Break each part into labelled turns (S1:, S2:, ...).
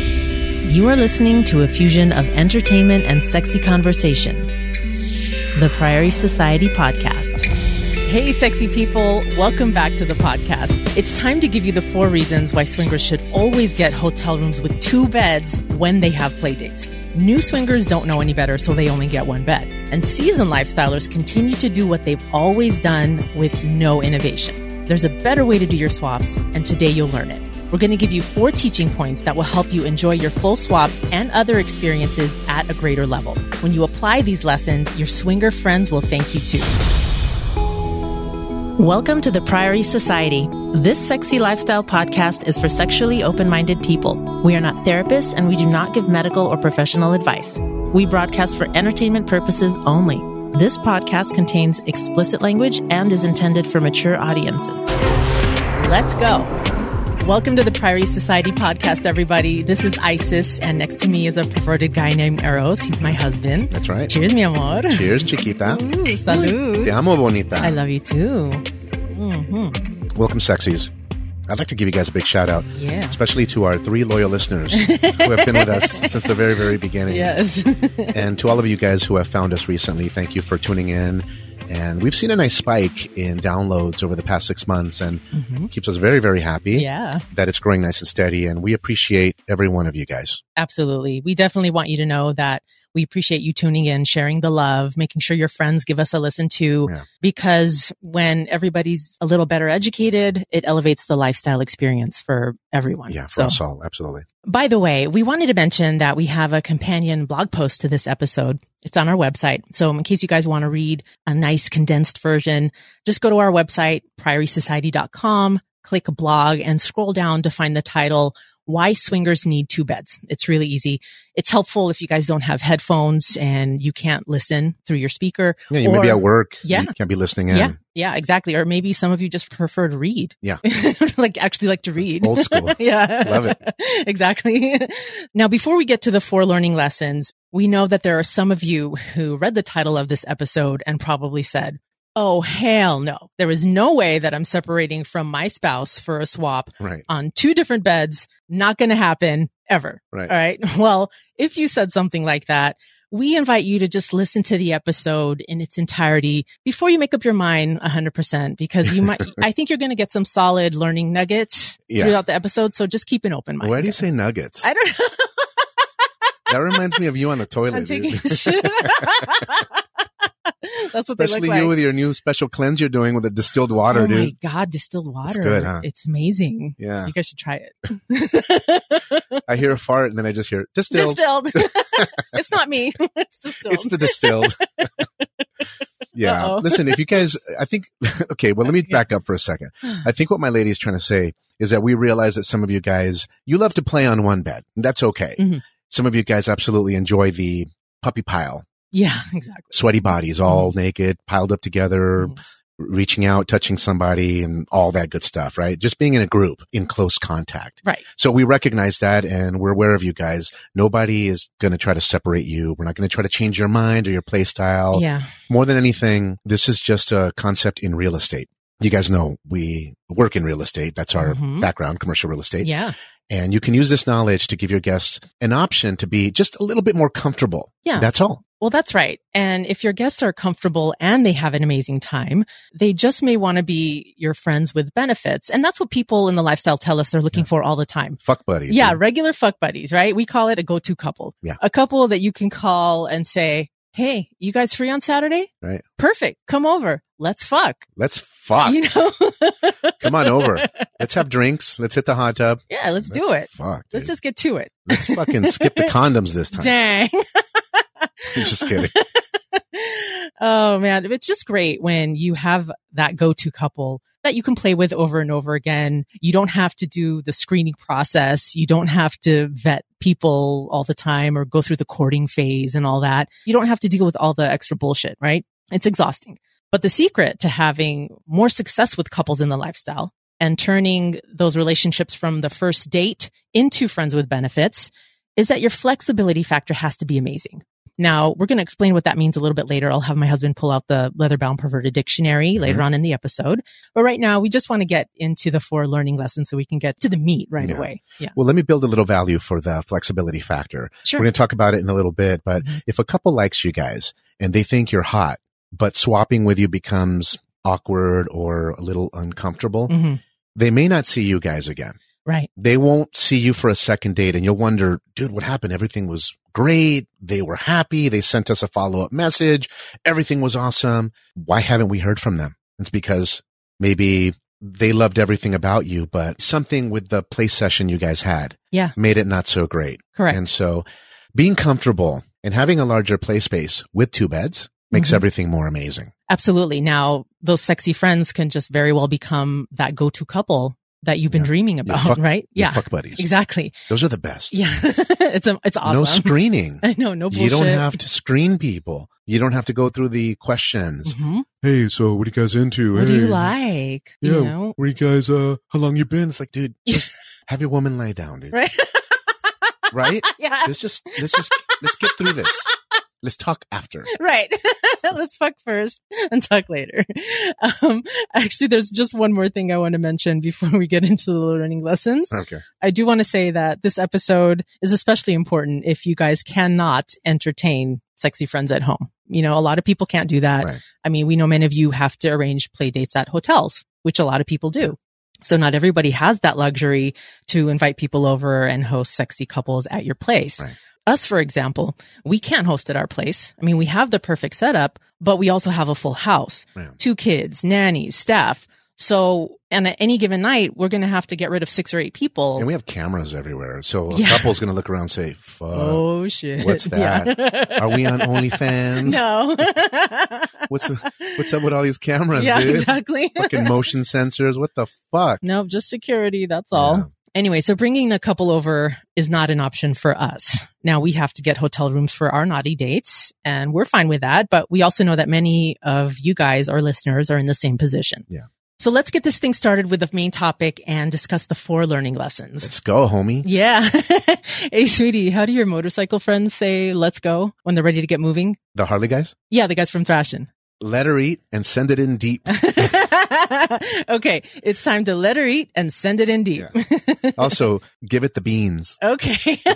S1: You are listening to a fusion of entertainment and sexy conversation. The Priory Society Podcast. Hey, sexy people, welcome back to the podcast. It's time to give you the four reasons why swingers should always get hotel rooms with two beds when they have play dates. New swingers don't know any better, so they only get one bed. And seasoned lifestylers continue to do what they've always done with no innovation. There's a better way to do your swaps, and today you'll learn it. We're going to give you four teaching points that will help you enjoy your full swaps and other experiences at a greater level. When you apply these lessons, your swinger friends will thank you too. Welcome to the Priory Society. This sexy lifestyle podcast is for sexually open minded people. We are not therapists and we do not give medical or professional advice. We broadcast for entertainment purposes only. This podcast contains explicit language and is intended for mature audiences. Let's go. Welcome to the Priory Society podcast, everybody. This is Isis, and next to me is a perverted guy named Eros. He's my husband.
S2: That's right.
S1: Cheers, mi amor.
S2: Cheers, chiquita.
S1: Ooh, salud.
S2: Te amo, bonita.
S1: I love you too. hmm
S2: Welcome, sexies. I'd like to give you guys a big shout out,
S1: Yeah.
S2: especially to our three loyal listeners who have been with us since the very, very beginning.
S1: Yes.
S2: And to all of you guys who have found us recently, thank you for tuning in. And we've seen a nice spike in downloads over the past six months and keeps us very, very happy
S1: yeah,
S2: that it's growing nice and steady. And we appreciate every one of you guys.
S1: absolutely. We definitely want you to know that we appreciate you tuning in, sharing the love, making sure your friends give us a listen too,
S2: Yeah.
S1: because when everybody's a little better educated, it elevates the lifestyle experience for everyone.
S2: Yeah, for
S1: So-
S2: us all. Absolutely.
S1: By the way, we wanted to mention that we have a companion blog post to this episode. It's on our website. So in case you guys want to read a nice condensed version, just go to our website, priorysociety.com, click blog and scroll down to find the title, Why Swingers Need Two Beds. It's really easy. It's helpful if you guys don't have headphones and you can't listen through your speaker.
S2: Yeah, you
S1: Or-
S2: may be at work.
S1: Yeah.
S2: You can't be listening in.
S1: Yeah. Yeah, exactly. Or maybe some of you just prefer to read.
S2: Yeah.
S1: like actually like to read.
S2: Old school.
S1: yeah.
S2: Love it.
S1: exactly. now, before we get to the four learning lessons, we know that there are some of you who read the title of this episode and probably said, Oh, hell no. There is no way that I'm separating from my spouse for a swap
S2: Right,
S1: on two different beds. Not going to happen ever.
S2: right.
S1: All right. Well, if you said something like that, we invite you to just listen to the episode in its entirety before you make up your mind 100% because you might, I think you're going to get some solid learning nuggets
S2: Yeah.
S1: throughout the episode. So just keep an open mind.
S2: Why do you say nuggets?
S1: I don't know.
S2: that reminds me of you on the toilet.
S1: I'm taking
S2: dude.
S1: a shit. That's what
S2: Especially
S1: they look
S2: you
S1: like.
S2: with your new special cleanse you're doing with the distilled water,
S1: oh
S2: dude.
S1: my God, distilled water.
S2: good, huh?
S1: It's amazing.
S2: Yeah.
S1: You guys should try it.
S2: I hear a fart and then I just hear distilled.
S1: distilled. it's not me. It's distilled.
S2: It's the distilled. yeah.
S1: Uh-oh.
S2: Listen, if you guys, I think, okay, well, let me
S1: Okay.
S2: back up for a second. I think what my lady is trying to say is that we realize that some of you guys, you love to play on one bed. and That's okay.
S1: Mhm.
S2: Some of you guys absolutely enjoy the puppy pile,
S1: yeah, exactly.
S2: sweaty bodies all
S1: Mm-hmm.
S2: naked, piled up together,
S1: Mhm.
S2: reaching out, touching somebody and all that good stuff, right? Just being in a group in close contact.
S1: Right.
S2: So we recognize that and we're aware of you guys. Nobody is going to try to separate you. We're not going to try to change your mind or your play style.
S1: Yeah.
S2: More than anything, this is just a concept in real estate. You guys know we work in real estate. That's our
S1: Mhm.
S2: background, commercial real estate.
S1: Yeah.
S2: And you can use this knowledge to give your guests an option to be just a little bit more comfortable.
S1: Yeah.
S2: That's all.
S1: Well, that's right. And if your guests are comfortable and they have an amazing time, they just may want to be your friends with benefits. And that's what people in the lifestyle tell us they're looking for all the time.
S2: Fuck buddy.
S1: Yeah, regular fuck buddies, right? We call it a go-to couple.
S2: Yeah.
S1: A couple that you can call and say, "Hey, you guys free on Saturday?"
S2: Right.
S1: Perfect. Come over. Let's fuck.
S2: Let's fuck.
S1: You know?
S2: Come on over. Let's have drinks. Let's hit the hot tub.
S1: yeah, let's do it.
S2: Fuck.
S1: Let's
S2: dude.
S1: just get to it.
S2: Let's fucking skip the condoms this time.
S1: Dang.
S2: just kidding.
S1: oh man, it's just great when you have that go-to couple that you can play with over and over again. You don't have to do the screening process. You don't have to vet people all the time or go through the courting phase and all that. You don't have to deal with all the extra bullshit, right? It's exhausting. But the secret to having more success with couples in the lifestyle and turning those relationships from the first date into friends with benefits is that your flexibility factor has to be amazing. Now, we're going to explain what that means a little bit later. I'll have my husband pull out the leatherbound perverted dictionary later on in the episode. But right now, we just want to get into the four learning lessons so we can get to the meat right
S2: Yeah.
S1: away. Yeah.
S2: Well, let me build a little value for the flexibility factor.
S1: Sure.
S2: We're going to talk about it in a little bit, but
S1: Mhm.
S2: if a couple likes you guys and they think you're hot, but swapping with you becomes awkward or a little uncomfortable,
S1: hmm
S2: they may not see you guys again.
S1: Right.
S2: They won't see you for a second date and you'll wonder, dude, what happened? Everything was great. They were happy. They sent us a follow up message. Everything was awesome. Why haven't we heard from them? It's because maybe they loved everything about you, but something with the play session you guys had
S1: Yeah.
S2: made it not so great.
S1: Correct.
S2: And so being comfortable and having a larger play space with two beds makes
S1: Mhm.
S2: everything more amazing.
S1: Absolutely. Now, those sexy friends can just very well become that go to couple that you've been
S2: Yeah.
S1: dreaming
S2: Your
S1: about,
S2: fuck-
S1: right?
S2: Your
S1: Yeah.
S2: fuck buddies.
S1: Exactly.
S2: Those are the best.
S1: Yeah. it's, a, it's awesome.
S2: No screening.
S1: I know. No bullshit.
S2: you don't have to screen people. You don't have to go through the questions.
S1: Mhm.
S2: Mm-hmm. Hey, so what are you guys into?
S1: What do you
S2: Hey,
S1: like?
S2: Yeah.
S1: You know?
S2: Where you guys? Uh, how long you been? It's like, dude, just have your woman lie down, dude.
S1: Right.
S2: Right?
S1: yeah.
S2: Let's just let's just let's get through this. Let's talk after.
S1: Right. Let's fuck first and talk later. Um, actually, there's just one more thing I want to mention before we get into the learning lessons.
S2: Okay.
S1: I do want to say that this episode is especially important if you guys cannot entertain sexy friends at home. You know, a lot of people can't do that.
S2: Right.
S1: I mean, we know many of you have to arrange play dates at hotels, which a lot of people do. So not everybody has that luxury to invite people over and host sexy couples at your place.
S2: Right.
S1: Us, for example, we can't host at our place. I mean, we have the perfect setup, but we also have a full house,
S2: Yeah.
S1: two kids, nannies, staff. So, and at any given night, we're going to have to get rid of six or eight people.
S2: And we have cameras everywhere, so a
S1: Yeah.
S2: couple's gonna look around and say, "Fuck."
S1: oh shit!
S2: Uh, what's
S1: Yeah.
S2: Are we on OnlyFans?
S1: No.
S2: What's what's up with all these cameras,
S1: Yeah,
S2: dude?
S1: exactly.
S2: Fucking motion sensors. What the fuck?
S1: No, just security. That's all. Anyway, so bringing a couple over is not an option for us. Now we have to get hotel rooms for our naughty dates and we're fine with that. But we also know that many of you guys, our listeners, are in the same position.
S2: Yeah.
S1: So let's get this thing started with the main topic and discuss the four learning lessons.
S2: Let's go, homie.
S1: yeah. hey, sweetie, how do your motorcycle friends say let's go when they're ready to get moving?
S2: The Harley guys.
S1: Yeah, the guys from Thrashin.
S2: Let her eat and send it in deep.
S1: okay, it's time to let her eat and send it in deep.
S2: Also, give it the beans.
S1: okay.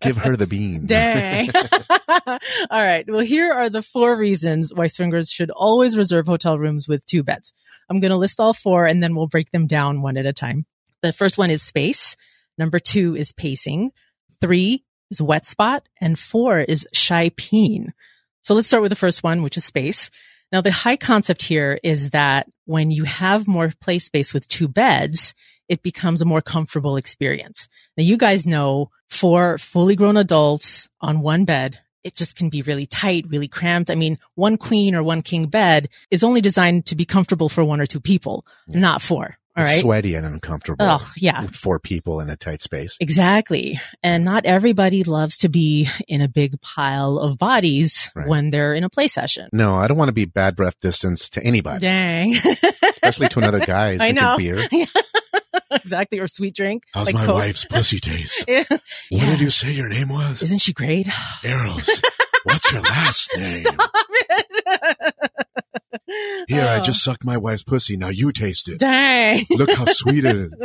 S2: Give her the beans.
S1: Dang. All right. Well, here are the four reasons why swingers should always reserve hotel rooms with two beds. I'm going to list all four and then we'll break them down one at a time. The first one is space. Number two is pacing. Three is wet spot. And four is shy peen. So let's start with the first one, which is space. Now, the high concept here is that when you have more play space with two beds, it becomes a more comfortable experience. Now, you guys know for fully grown adults on one bed, it just can be really tight, really cramped. I mean, one queen or one king bed is only designed to be comfortable for one or two people,
S2: Yeah.
S1: not four. All
S2: It's
S1: right.
S2: Sweaty and uncomfortable.
S1: Oh, yeah.
S2: With four people in a tight space.
S1: Exactly. And not everybody loves to be in a big pile of bodies
S2: Right.
S1: when they're in a play session.
S2: No, I don't want to be bad breath distance to anybody,
S1: Dang.
S2: especially to another guy. who's
S1: I
S2: drinking
S1: know.
S2: Beer.
S1: exactly. Or sweet drink.
S2: How's
S1: like
S2: my
S1: Coke.
S2: wife's pussy taste?
S1: Yeah.
S2: What did you say your name was?
S1: Isn't she great?
S2: Errol's. What's your last name? Here, I
S1: Oh,
S2: just sucked my wife's pussy. Now you taste it.
S1: Dang.
S2: Look how sweet it is.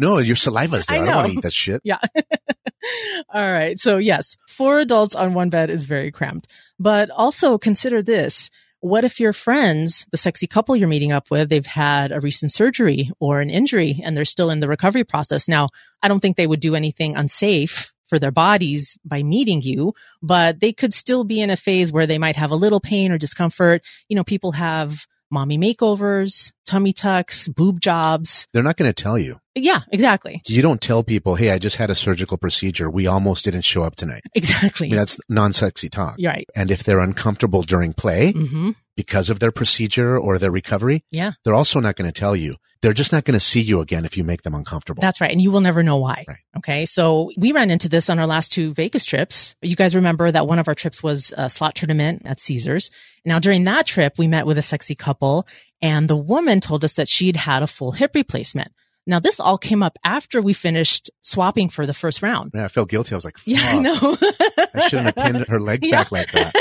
S2: No, your saliva's
S1: I
S2: there. I, don't want
S1: know.
S2: to eat that shit.
S1: Yeah. All right. So, yes, four adults on one bed is very cramped. But also consider this. What if your friends, the sexy couple you're meeting up with, they've had a recent surgery or an injury and they're still in the recovery process? Now, I don't think they would do anything unsafe for their bodies by meeting you, but they could still be in a phase where they might have a little pain or discomfort. You know, people have mommy makeovers, tummy tucks, boob jobs.
S2: They're not going to tell you.
S1: Yeah, exactly.
S2: You don't tell people, hey, I just had a surgical procedure. We almost didn't show up tonight. I
S1: Exactly.
S2: mean, that's non sexy talk.
S1: You're right.
S2: And if they're uncomfortable during play
S1: hmm
S2: because of their procedure or their recovery,
S1: Yeah.
S2: they're also not going to tell you. They're just not going to see you again if you make them uncomfortable.
S1: That's right. And you will never know why.
S2: Right.
S1: Okay. So we ran into this on our last two Vegas trips. You guys remember that one of our trips was a slot tournament at Caesars. Now during that trip, we met with a sexy couple and the woman told us that she'd had a full hip replacement. Now, this all came up after we finished swapping for the first round.
S2: Yeah, I felt guilty. I was like,
S1: Yeah, I
S2: "Fuck,
S1: know.
S2: I shouldn't have pinned her legs
S1: Yeah.
S2: back like that.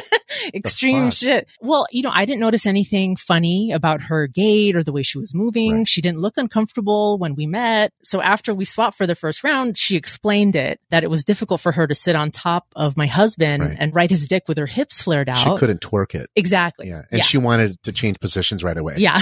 S1: Extreme
S2: fuck?
S1: shit. Well, you know, I didn't notice anything funny about her gait or the way she was moving.
S2: Right.
S1: She didn't look uncomfortable when we met. So after we swapped for the first round, she explained it that it was difficult for her to sit on top of my husband
S2: Right.
S1: and ride his dick with her hips flared out.
S2: She couldn't twerk it.
S1: Exactly.
S2: Yeah. And she wanted to change positions right away.
S1: Yeah.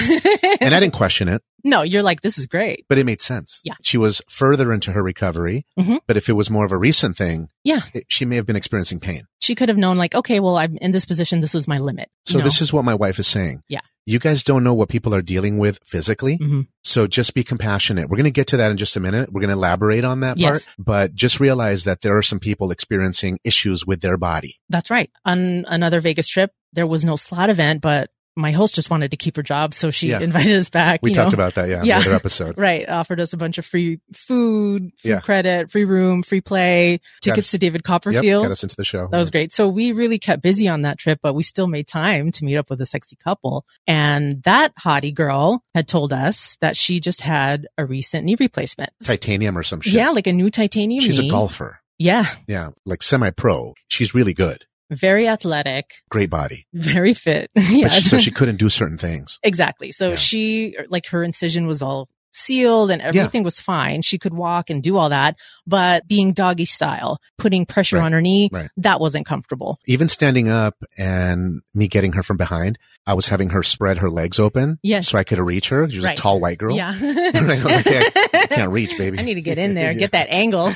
S2: And I didn't question it,
S1: no, you're like, this is great.
S2: but it made sense.
S1: Yeah.
S2: She was further into her recovery,
S1: Mhm.
S2: but if it was more of a recent thing,
S1: Yeah.
S2: it- she may have been experiencing pain.
S1: She could have known like, okay, well, I'm in this position. This is my limit.
S2: So this is what my wife is saying.
S1: Yeah.
S2: You guys don't know what people are dealing with physically.
S1: Mhm.
S2: So just be compassionate. We're going to get to that in just a minute. We're going to elaborate on that
S1: Yes.
S2: part, but just realize that there are some people experiencing issues with their body.
S1: That's right. On another Vegas trip, there was no slot event, but my host just wanted to keep her job. So she
S2: Yeah.
S1: invited us back.
S2: We
S1: you
S2: talked
S1: know?
S2: about that. Yeah. in
S1: Yeah.
S2: the other episode.
S1: Right. Offered us a bunch of free food, free
S2: Yeah.
S1: credit, free room, free play, tickets
S2: us-
S1: to David
S2: yep.
S1: Copperfield.
S2: Got us into the show.
S1: That was great. So we really kept busy on that trip, but we still made time to meet up with a sexy couple. And that hottie girl had told us that she just had a recent knee replacement.
S2: titanium or some shit.
S1: Yeah, like a new titanium
S2: She's
S1: knee.
S2: a golfer.
S1: Yeah,
S2: Yeah. Like semi pro. She's really good.
S1: very athletic,
S2: Great body.
S1: very fit.
S2: But
S1: yes.
S2: she, so she couldn't do certain things.
S1: exactly. So
S2: Yeah.
S1: she, er, like her incision was all sealed and everything was fine. She could walk and do all that, but being doggy style, putting pressure
S2: Right.
S1: on her knee,
S2: Right.
S1: that wasn't comfortable.
S2: Even standing up and me getting her from behind, I was having her spread her legs open
S1: Yes.
S2: so I could reach her. She was
S1: Right.
S2: a tall white girl.
S1: Yeah.
S2: I was like, "Yeah, I can't reach, baby.
S1: I need to get in there,
S2: Yeah.
S1: get that angle.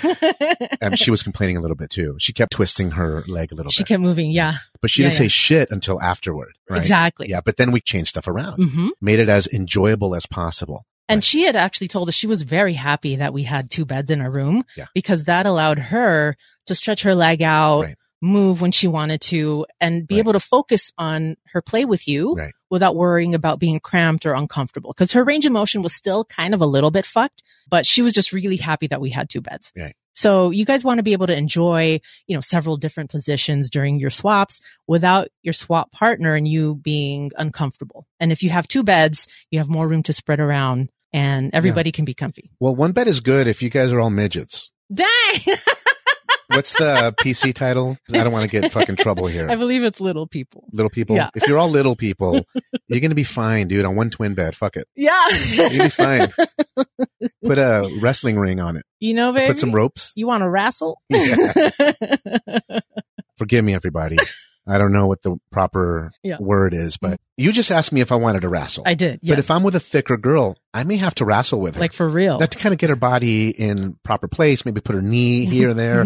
S2: Um, she was complaining a little bit too. She kept twisting her leg a little
S1: she
S2: bit,
S1: kept moving. Yeah,
S2: but she
S1: yeah,
S2: didn't say shit until afterward. Right.
S1: exactly.
S2: Yeah. But then we changed stuff around,
S1: hmm
S2: made it as enjoyable as possible.
S1: And
S2: Right.
S1: she had actually told us she was very happy that we had two beds in our room
S2: Yeah.
S1: because that allowed her to stretch her leg out,
S2: Right.
S1: move when she wanted to, and be
S2: Right.
S1: able to focus on her play with you
S2: Right.
S1: without worrying about being cramped or uncomfortable. Because her range of motion was still kind of a little bit fucked, but she was just really happy that we had two beds.
S2: Right.
S1: So you guys want to be able to enjoy, you know, several different positions during your swaps without your swap partner and you being uncomfortable. And if you have two beds, you have more room to spread around and everybody can be comfy.
S2: Well, one bet is good if you guys are all midgets.
S1: Dang!
S2: What's the PC title? I don't want to get fucking trouble
S1: I
S2: here.
S1: believe it's little people.
S2: Little people.
S1: Yeah.
S2: If you're all little people, you're going to be fine, dude. On one twin bed. Fuck it.
S1: Yeah.
S2: You're going to be fine. Put a wrestling ring on it.
S1: you know, baby.
S2: Put some ropes.
S1: you want to wrestle?
S2: Yeah. Forgive me, everybody. I don't know what the proper
S1: Yeah. Mm-hmm.
S2: word is, but you just asked me if I wanted to wrestle.
S1: I did. Yeah.
S2: But if I'm with a thicker girl, I may have to wrestle with her.
S1: like oh. for real.
S2: Not to kind of get her body in proper place, maybe put her knee here and there.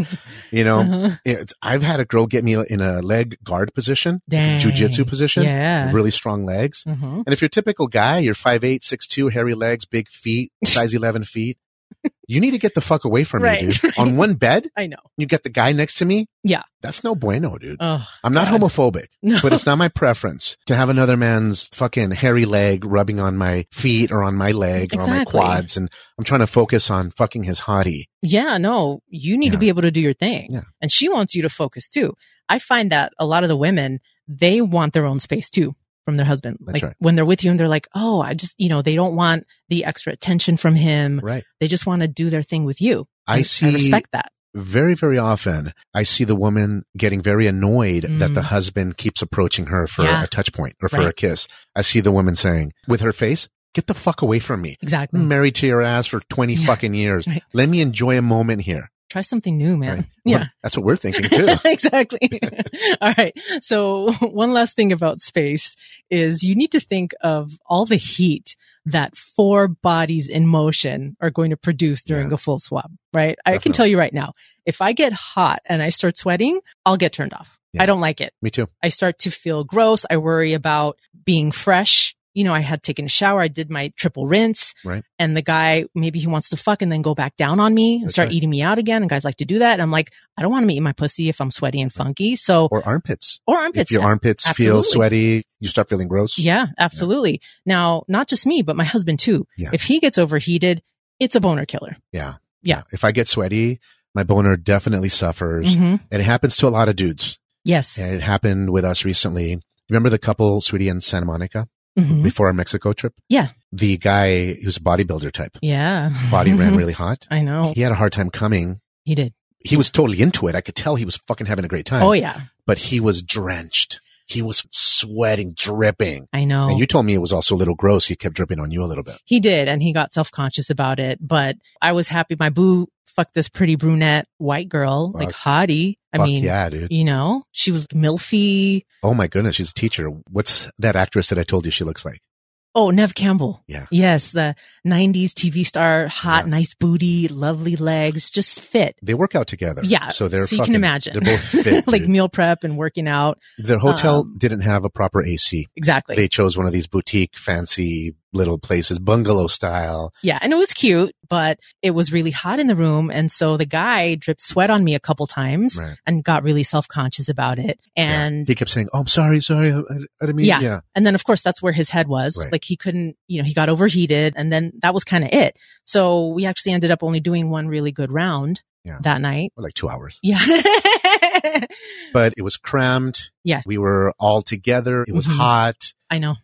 S2: You know,
S1: Uh-huh.
S2: it's, I've had um, a girl get me in a leg guard position,
S1: Dang.
S2: jujitsu position,
S1: Yeah.
S2: really strong legs.
S1: Mm-hmm.
S2: And if you're a typical guy, you're 5'8, 6'2, hairy legs, big feet, size 11 feet, you need to get the fuck away from
S1: Right,
S2: me, dude.
S1: right.
S2: On one bed,
S1: I know.
S2: you got the guy next to me.
S1: Yeah.
S2: That's no bueno, dude.
S1: Oh,
S2: I'm not
S1: God.
S2: homophobic,
S1: no.
S2: but it's not my preference to have another man's fucking hairy leg rubbing on my feet or on my leg or on my
S1: Exactly.
S2: quads. And I'm trying to focus on fucking his hottie.
S1: yeah, no, you need to
S2: Yeah.
S1: be able to do your thing.
S2: Yeah.
S1: And she wants you to focus too. I find that a lot of the women, they want their own space too from their husband.
S2: That's
S1: like
S2: right.
S1: when they're with you and they're like, oh, I just, you know, they don't want the extra attention from him.
S2: Right.
S1: They just want to do their thing with you.
S2: I
S1: And
S2: see
S1: I respect that.
S2: very, very often I see the woman getting very annoyed that
S1: Mm.
S2: the husband keeps approaching her for
S1: Yeah.
S2: a touch point or for a
S1: Right.
S2: kiss. I see the woman saying with her face, get the fuck away from me.
S1: Exactly.
S2: I'm married to your ass for 20
S1: Mm. Yeah.
S2: fucking years.
S1: Right.
S2: Let me enjoy a moment here.
S1: Try something new, man.
S2: Right.
S1: Yeah.
S2: That's what we're thinking too.
S1: exactly. all right. So one last thing about space is you need to think of all the heat that four bodies in motion are going to produce during
S2: Yeah.
S1: a full swab, right? I can
S2: Definitely.
S1: tell you right now, if I get hot and I start sweating, I'll get turned off.
S2: Yeah.
S1: I don't like it.
S2: me too.
S1: I start to feel gross. I worry about being fresh. You know, I had taken a shower. I did my triple rinse.
S2: Right.
S1: And the guy, maybe he wants to fuck and then go back down on me and
S2: That's
S1: start
S2: right.
S1: eating me out again. And guys like to do that. And I'm like, I don't want to eat my pussy if I'm sweaty and funky. So,
S2: Or armpits.
S1: or armpits.
S2: if your armpits feel
S1: Absolutely.
S2: sweaty, you start feeling gross.
S1: yeah, absolutely. Now, not just me, but my husband too.
S2: Yeah.
S1: If he gets overheated, it's a boner killer. yeah.
S2: If I get sweaty, my boner definitely suffers.
S1: hmm
S2: And it happens to a lot of dudes.
S1: Yes.
S2: And it happened with us recently. Remember the couple, Sweetie and Santa Monica?
S1: Mhm.
S2: before our Mexico trip.
S1: Yeah.
S2: The guy who's a bodybuilder type,
S1: Yeah.
S2: body ran really hot.
S1: I know.
S2: He had a hard time coming.
S1: He did.
S2: He was totally into it. I could tell he was fucking having a great time,
S1: Oh, yeah.
S2: but he was drenched. He was sweating, dripping.
S1: I know.
S2: And you told me it was also a little gross. He kept dripping on you a little bit.
S1: He did, and he got self conscious about it. But I was happy. My boo fucked this pretty brunette white girl, like hottie. I
S2: Fuck
S1: mean,
S2: yeah, dude.
S1: you know, she was milfy.
S2: Oh my goodness. She's a teacher. What's that actress that I told you she looks like?
S1: Oh, Nev Campbell.
S2: Yeah.
S1: Yes, the '90s TV star, hot,
S2: Yeah.
S1: nice booty, lovely legs, just fit.
S2: They work out together.
S1: Yeah,
S2: So they're
S1: so you
S2: fucking,
S1: can imagine,
S2: They're both fit.
S1: like
S2: dude.
S1: meal prep and working out.
S2: Their hotel
S1: um,
S2: didn't have a proper AC.
S1: Exactly.
S2: they chose one of these boutique, fancy little places, bungalow style.
S1: Yeah, and it was cute, but it was really hot in the room. And so the guy dripped sweat on me a couple times
S2: Right.
S1: and got really self conscious about it. And
S2: He kept saying, "Oh, I'm sorry, sorry, I, I didn't mean."
S1: Yeah. and then of course that's where his head was.
S2: Right.
S1: Like he couldn't, you know, he got overheated and then that was kind of it. So we actually ended up only doing one really good round
S2: Yeah.
S1: that night.
S2: Well, like two hours.
S1: Yeah.
S2: But it was crammed.
S1: Yes.
S2: we were all together. It was
S1: Mhm.
S2: hot.
S1: I know.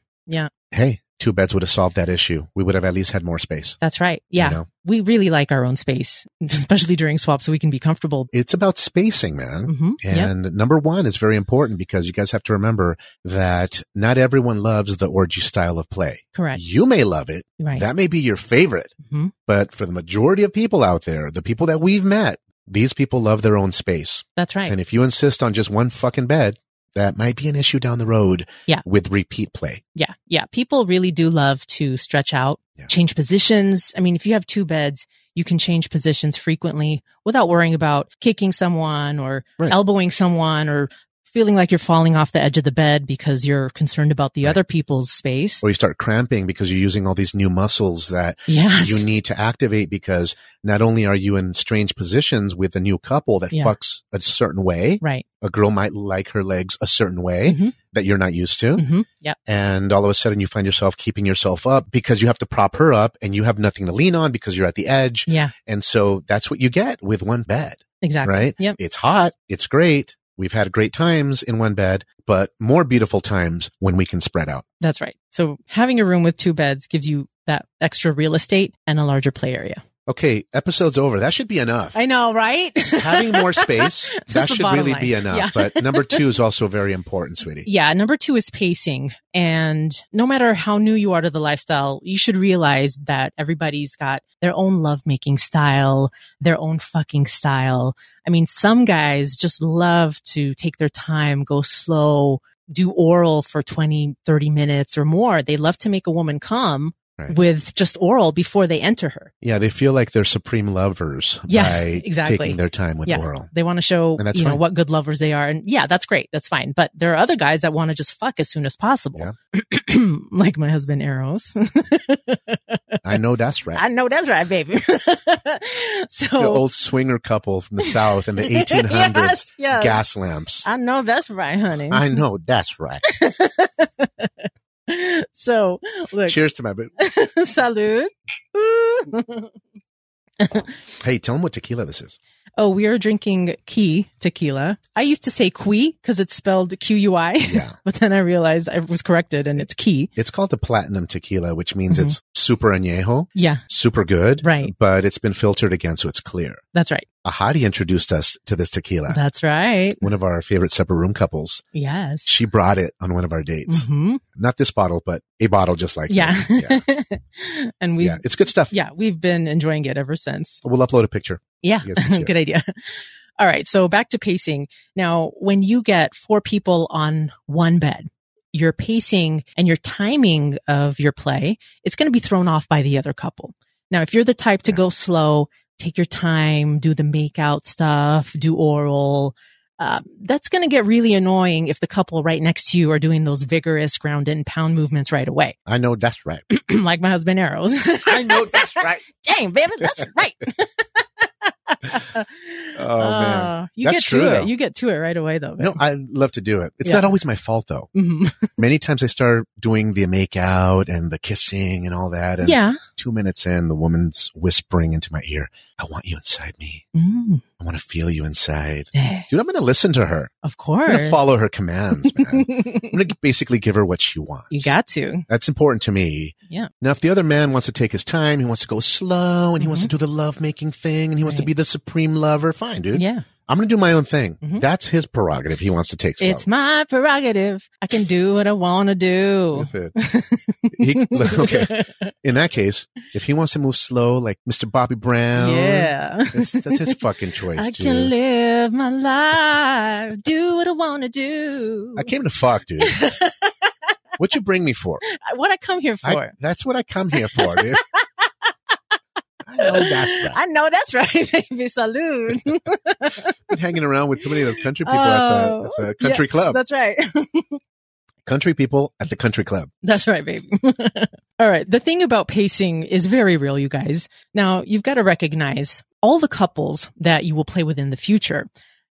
S2: Hey, two beds would have solved that issue. We would have at least had more space.
S1: That's right.
S2: you
S1: Yeah.
S2: know?
S1: We really like our own space, especially during swaps so we can be comfortable.
S2: it's about spacing, man.
S1: Mm-hmm. Yeah.
S2: And number one is very important because you guys have to remember that not everyone loves the orgy style of play.
S1: Correct.
S2: You may love it.
S1: Right.
S2: That may be your favorite.
S1: Mhm.
S2: But for the majority of people out there, the people that we've met, these people love their own space.
S1: that's right.
S2: And if you insist on just one fucking bed, that might be an issue down the road
S1: Yeah.
S2: with repeat play.
S1: Yeah. Yeah. People really do love to stretch out,
S2: Yeah.
S1: change positions. I mean, if you have two beds, you can change positions frequently without worrying about kicking someone or
S2: Right.
S1: elbowing someone or feeling like you're falling off the edge of the bed because you're concerned about the
S2: Right.
S1: other people's space.
S2: Or you start cramping because you're using all these new muscles that
S1: Yes.
S2: you need to activate because not only are you in strange positions with a new couple that
S1: Yeah.
S2: fucks a certain way,
S1: right.
S2: a girl might like her legs a certain way
S1: Mhm.
S2: that you're not used to.
S1: hmm Yeah.
S2: And all of a sudden you find yourself keeping yourself up because you have to prop her up and you have nothing to lean on because you're at the edge.
S1: Yeah.
S2: And so that's what you get with one bed,
S1: Exactly.
S2: right?
S1: Yep.
S2: It's hot. It's great. We've had great times in one bed, but more beautiful times when we can spread out.
S1: That's right. So having a room with two beds gives you that extra real estate and a larger play area.
S2: Okay. Episode's over. That should be enough.
S1: I know, right?
S2: having more space
S1: That's
S2: that
S1: the
S2: should
S1: bottom
S2: really
S1: line.
S2: be enough
S1: Yeah.
S2: but number two is also very important sweetie
S1: Yeah, number two is pacing. And no matter how new you are to the lifestyle, you should realize that everybody's got their own lovemaking style, their own fucking style. I mean, some guys just love to take their time, go slow, do oral for 20, 30 minutes or more. They love to make a woman come
S2: Right.
S1: with just oral before they enter her.
S2: yeah they feel like they're supreme lovers
S1: Yes,
S2: by
S1: exactly.
S2: taking their time with
S1: Yeah.
S2: oral
S1: They want to show,
S2: And that's
S1: you know,
S2: fine.
S1: what good lovers they are. And yeah, that's great. That's fine. But there are other guys that want to just fuck as soon as possible. like my husband Eros.
S2: i know that's right
S1: I know that's right, baby. so
S2: the old swinger couple from the south in the 1800s
S1: Yes, Mm-hmm. yes.
S2: gas lamps
S1: I know that's right, honey.
S2: i know that's right
S1: so look,
S2: cheers to my boo
S1: salud. Ooh.
S2: hey tell them what tequila this is
S1: oh, we are drinking key tequila. I used to say qui because it's spelled Q U I,
S2: yeah
S1: but then I realized I was corrected and it's key.
S2: it's called the platinum tequila which means
S1: Mhm.
S2: it's super añejo
S1: Yeah,
S2: super good
S1: Right.
S2: but it's been filtered again so it's clear
S1: that's right.
S2: ahadi introduced us to this tequila
S1: That's right.
S2: one of our favorite separate room couples
S1: Yes.
S2: she brought it on one of our dates.
S1: hmm
S2: Not this bottle, but a bottle just like
S1: Yeah.
S2: this. Yeah.
S1: and we,
S2: yeah.
S1: yeah.
S2: It's good stuff.
S1: we've been enjoying it ever since.
S2: We'll upload a picture.
S1: Yeah.
S2: You guys can share.
S1: Good idea. All right. So back to pacing. Now, when you get four people on one bed, your pacing and your timing of your play, it's going to be thrown off by the other couple. Now, if you're the type to
S2: Yeah.
S1: go slow, take your time, do the makeout stuff, do oral, uh, that's going to get really annoying if the couple right next to you are doing those vigorous ground and pound movements right away,
S2: I know that's right.
S1: like my husband arrows.
S2: I know that's right.
S1: Dang, baby, that's right.
S2: Oh, man.
S1: Uh, You
S2: That's
S1: get to
S2: true,
S1: it.
S2: though.
S1: You get to it right away though.
S2: No, I love to do it. It's
S1: Yeah.
S2: not always my fault though.
S1: hmm
S2: Many times I start doing the make out and the kissing and all that. And
S1: Yeah.
S2: two minutes in, the woman's whispering into my ear, I want you inside me.
S1: Mm.
S2: I want to feel you inside.
S1: Eh,
S2: Dude, I'm going to listen to her.
S1: Of
S2: I'm going to
S1: course.
S2: follow her commands, man. I'm
S1: you
S2: going to basically give her what she wants.
S1: got to.
S2: That's important to me.
S1: Yeah.
S2: Now, if the other man wants to take his time, he wants to go slow and he wants
S1: Mhm.
S2: to do the lovemaking thing and he wants to
S1: Right.
S2: be the supreme lover, fine, dude.
S1: Yeah.
S2: I'm going to do my own thing.
S1: Mhm.
S2: That's his prerogative. He wants to take slow.
S1: It's my prerogative. I can do what I want to do.
S2: Stupid. He- okay. In that case, if he wants to move slow, like Mr. Bobby Brown,
S1: Yeah.
S2: that's, that's his fucking choice,
S1: I
S2: dude.
S1: can live my life, do what I want to do.
S2: I came to fuck, dude. what you bring me for?
S1: What I come here for.
S2: I- that's what I come here for, dude. I know that's right.
S1: I know that's right, baby. Salute.
S2: Been hanging around with too many of those country people at, the,
S1: Oh,
S2: at the country club.
S1: that's right.
S2: country people at the country club.
S1: That's right, baby. all right. The thing about pacing is very real, you guys. Now, you've got to recognize all the couples that you will play with in the future.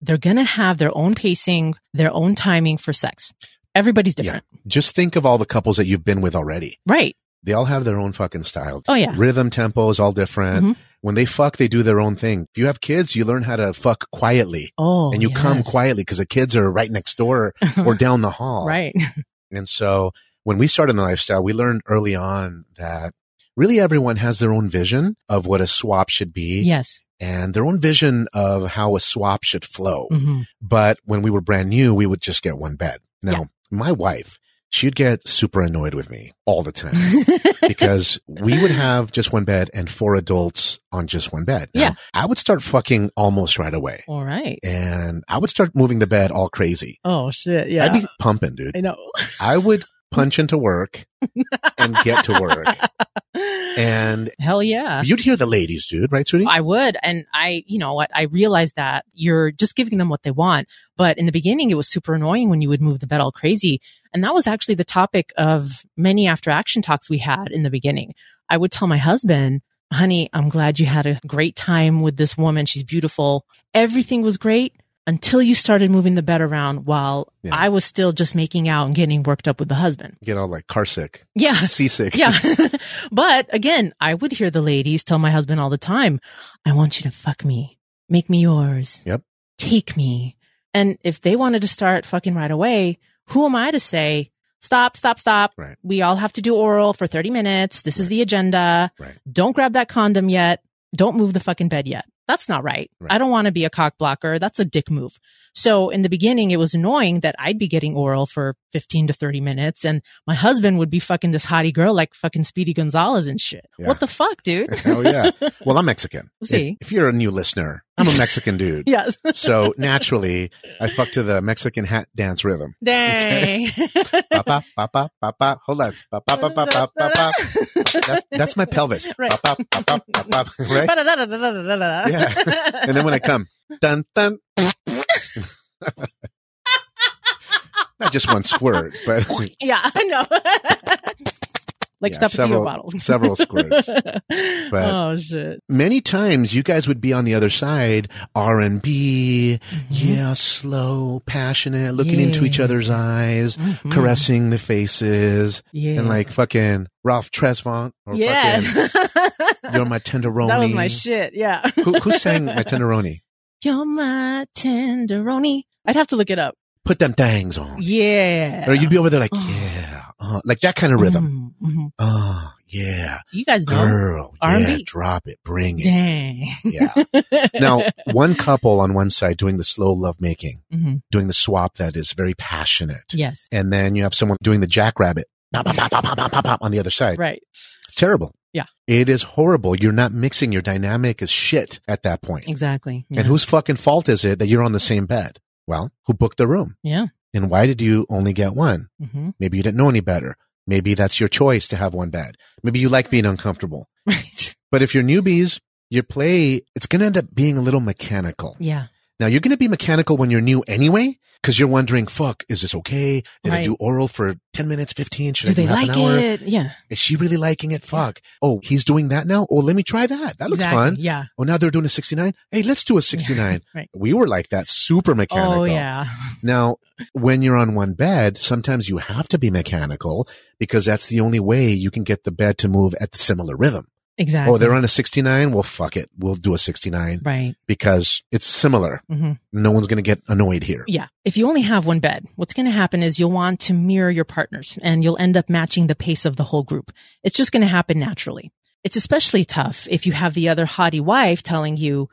S1: They're going to have their own pacing, their own timing for sex. Everybody's different.
S2: Just think of all the couples that you've been with already.
S1: Right.
S2: They all have their own fucking style.
S1: Oh, yeah.
S2: Rhythm, tempo is all different.
S1: Mhm.
S2: When they fuck, they do their own thing. If you have kids, you learn how to fuck quietly
S1: Oh,
S2: and you
S1: yes. Mm-hmm.
S2: come quietly because the kids are right next door or down the hall.
S1: right.
S2: And so when we started in the lifestyle, we learned early on that really everyone has their own vision of what a swap should be
S1: Yes.
S2: and their own vision of how a swap should flow.
S1: hmm
S2: But when we were brand new, we would just get one bed. Now, my wife, she'd get super annoyed with me all the time because we would have just one bed and four adults on just one bed. Now,
S1: Yeah.
S2: I would start fucking almost right away
S1: all right.
S2: and I would start moving the bed all crazy.
S1: Oh, shit. Yeah.
S2: I'd be pumping, dude.
S1: I know.
S2: I would punch into work and get to work. And
S1: Hell yeah.
S2: you'd hear the ladies, dude, right, Sweetie?
S1: I would. And I, you know what, I realized that you're just giving them what they want. But in the beginning, it was super annoying when you would move the bed all crazy. And that was actually the topic of many after action talks we had in the beginning. I would tell my husband, honey, I'm glad you had a great time with this woman. She's beautiful. Everything was great until you started moving the bed around while
S2: Yeah.
S1: I was still just making out and getting worked up with the husband.
S2: Get all like car sick,
S1: Yeah.
S2: seasick.
S1: Yeah. but again, I would hear the ladies tell my husband all the time, I want you to fuck me. Make me yours.
S2: Yep.
S1: Take me. And if they wanted to start fucking right away, who am I to say, stop, stop, stop.
S2: Right.
S1: We all have to do oral for 30 minutes. This is
S2: Right.
S1: the agenda.
S2: Right.
S1: Don't grab that condom yet. Don't move the fucking bed yet. That's not right.
S2: Right.
S1: I don't want to be a cock blocker. That's a dick move. So in the beginning, it was annoying that I'd be getting oral for 15 to 30 minutes and my husband would be fucking this hottie girl like fucking Speedy Gonzalez and shit.
S2: Yeah.
S1: What the fuck, dude?
S2: oh, yeah. Well, I'm Mexican.
S1: See?
S2: If, if you're a new listener, I'm a Mexican dude.
S1: yes.
S2: So naturally, I fuck to the Mexican hat dance rhythm.
S1: Dang.
S2: Ba, ba, ba, ba, ba, ba. Hold on. Ba, ba, ba, ba, ba, ba, ba. That's, that's my pelvis. Ba,
S1: Right.
S2: ba, ba, ba, ba, ba. Right?
S1: Ba-da-da-da-da-da-da-da.
S2: Yeah. And then when I come, dun, dun. Not just one squirt, but
S1: yeah, I know. like
S2: Yeah,
S1: stuff into your
S2: several-
S1: bottle.
S2: several squirts.
S1: oh shit.
S2: many times you guys would be on the other side, R&B, yeah, slow, passionate, looking into each
S1: Mm-hmm. Yeah.
S2: other's eyes,
S1: Mhm.
S2: caressing the faces,
S1: Yeah.
S2: and like fucking Ralph Tresvant or
S1: yeah.
S2: fucking You're My Tenderoni.
S1: that was my shit. Yeah.
S2: who, who sang My Tenderoni?
S1: You're my tenderoni. I'd have to look it up.
S2: Put them dangs on.
S1: Yeah.
S2: Or you'd be over there like,
S1: Oh.
S2: yeah, uh, like that kind of rhythm.
S1: Mm, mhm.
S2: Oh, yeah,
S1: You guys know.
S2: girl, yeah,
S1: R&B.
S2: drop it, bring it.
S1: Dang.
S2: Yeah. Now, one couple on one side doing the slow lovemaking,
S1: Mhm.
S2: doing the swap that is very passionate.
S1: yes.
S2: And then you have someone doing the jackrabbit pop, pop, pop, pop, pop, pop, pop, pop, on the other side.
S1: Right.
S2: It's terrible.
S1: Yeah.
S2: It is horrible. You're not mixing. Your dynamic is shit at that point.
S1: Exactly. Yeah.
S2: And whose fucking fault is it that you're on the same bed? Well, who booked the room?
S1: Yeah.
S2: And why did you only get one?
S1: Mhm.
S2: Maybe you didn't know any better. Maybe that's your choice to have one bed. Maybe you like being uncomfortable.
S1: Right.
S2: But if you're newbies, your play, it's going to end up being a little mechanical.
S1: Yeah.
S2: Now you're going to be mechanical when you're new anyway, because you're wondering, fuck, is this okay? Did I
S1: Right.
S2: do oral for 10 minutes, 15? Should
S1: Do
S2: I do
S1: they
S2: half
S1: like
S2: an hour?
S1: it? Yeah.
S2: Is she really liking it? Fuck. Oh, he's doing that now. Oh, let me try that. That looks
S1: exactly.
S2: fun.
S1: Yeah.
S2: Oh, now they're doing a 69. Hey, let's do a 69.
S1: Right.
S2: We were like that super mechanical.
S1: Oh, yeah.
S2: Now, when you're on one bed, sometimes you have to be mechanical because that's the only way you can get the bed to move at the similar rhythm.
S1: Exactly.
S2: Oh, they're on a 69. Well, fuck it. We'll do a 69
S1: Right.
S2: because it's similar.
S1: Mhm.
S2: No one's going to get annoyed here.
S1: Yeah. If you only have one bed, what's going to happen is you'll want to mirror your partners and you'll end up matching the pace of the whole group. It's just going to happen naturally. It's especially tough if you have the other hottie wife telling you,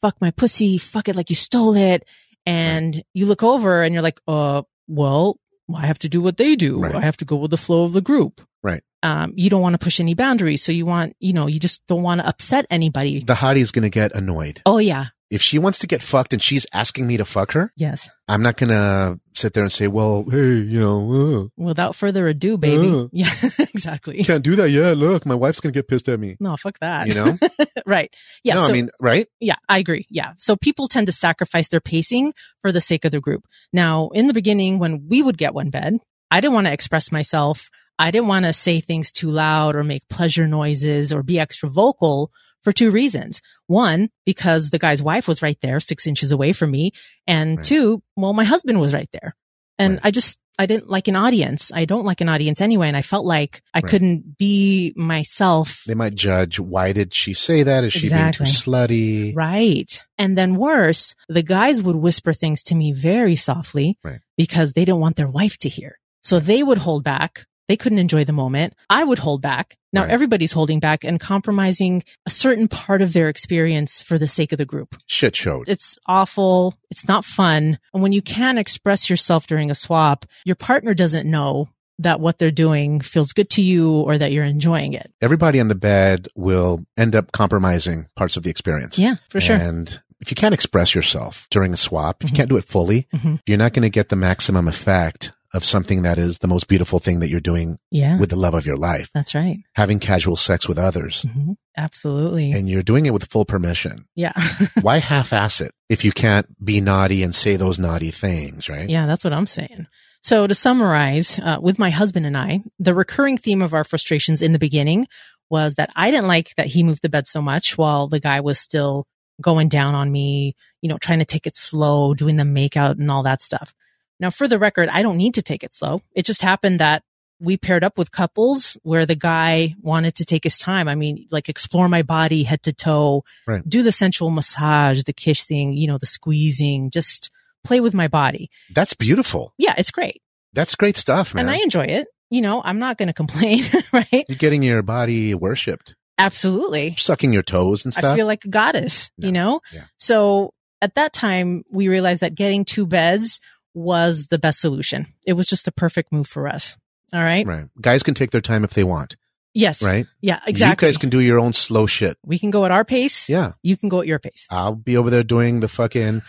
S1: fuck my pussy, fuck it like you stole it. And you look over and you're like, uh, well, I have to do what they do.
S2: Right.
S1: I have to go with the flow of the group.
S2: Right.
S1: Um, you don't want to push any boundaries. So you want, you know, you just don't want to upset anybody.
S2: The hottie's going to get annoyed.
S1: Oh, yeah.
S2: If she wants to get fucked and she's asking me to fuck her,
S1: Yes.
S2: I'm not going to sit there and say, well, hey, you know, uh,
S1: Without further ado, baby.
S2: Ugh.
S1: Yeah, exactly.
S2: you can't do that. Yeah, look, my wife's going to get pissed at me.
S1: No, fuck that.
S2: You know?
S1: right. Yeah.
S2: no,
S1: so,
S2: I mean, right?
S1: yeah, I agree. Yeah. So people tend to sacrifice their pacing for the sake of the group. Now, in the beginning, when we would get one bed, I didn't want to express myself. I didn't want to say things too loud or make pleasure noises or be extra vocal for two reasons. One, because the guy's wife was right there, six inches away from me. And
S2: Right.
S1: two, well, my husband was right there. And
S2: Right.
S1: I just, I didn't like an audience. I don't like an audience anyway. And I felt like I
S2: Right.
S1: couldn't be myself
S2: They might judge, why did she say that? Is she
S1: Exactly.
S2: being too slutty?
S1: Right. And then worse, the guys would whisper things to me very softly
S2: Right.
S1: because they didn't want their wife to hear. So they would hold back. They couldn't enjoy the moment. I would hold back. Now
S2: Right.
S1: everybody's holding back and compromising a certain part of their experience for the sake of the group.
S2: Shit show.
S1: It's awful. It's not fun. And when you can't express yourself during a swap, your partner doesn't know that what they're doing feels good to you or that you're enjoying it.
S2: Everybody on the bed will end up compromising parts of the experience.
S1: Yeah, for sure.
S2: And if you can't express yourself during a swap, if you
S1: Mhm.
S2: can't do it fully,
S1: Mhm.
S2: you're not going to get the maximum effect of something that is the most beautiful thing that you're doing
S1: Yeah.
S2: with the love of your life,
S1: That's right.
S2: having casual sex with others.
S1: Mhm. Absolutely.
S2: And you're doing it with full permission.
S1: yeah.
S2: Why half ass it if you can't be naughty and say those naughty things, right?
S1: Yeah, that's what I'm saying. So to summarize, uh, with my husband and I, the recurring theme of our frustrations in the beginning was that I didn't like that he moved the bed so much while the guy was still going down on me, you know, trying to take it slow, doing the makeout and all that stuff. Now, for the record, I don't need to take it slow. It just happened that we paired up with couples where the guy wanted to take his time. I mean, like explore my body head to toe,
S2: Right.
S1: do the sensual massage, the kiss thing, you know, the squeezing, just play with my body
S2: That's beautiful.
S1: yeah, it's great.
S2: That's great stuff, man.
S1: And I enjoy it. You know, I'm not going to complain, right?
S2: you're getting your body worshipped,
S1: Absolutely.
S2: sucking your toes and
S1: I
S2: stuff.
S1: feel like a goddess,
S2: Yeah.
S1: you know?
S2: Yeah.
S1: So at that time, we realized that getting two beds was the best solution. It was just the perfect move for us. All right.
S2: right. Guys can take their time if they want,
S1: Yes.
S2: right?
S1: Yeah, exactly.
S2: You guys can do your own slow shit.
S1: we can go at our pace.
S2: Yeah.
S1: You can go at your pace.
S2: I'll be over there doing the fucking.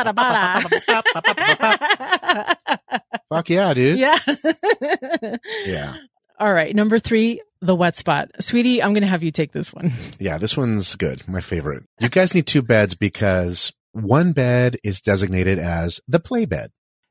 S2: Fuck yeah, dude.
S1: yeah.
S2: Yeah.
S1: All right. Number three, the wet spot. Sweetie, I'm going to have you take this one.
S2: Yeah, this one's good. My favorite. You guys need two beds because one bed is designated as the play bed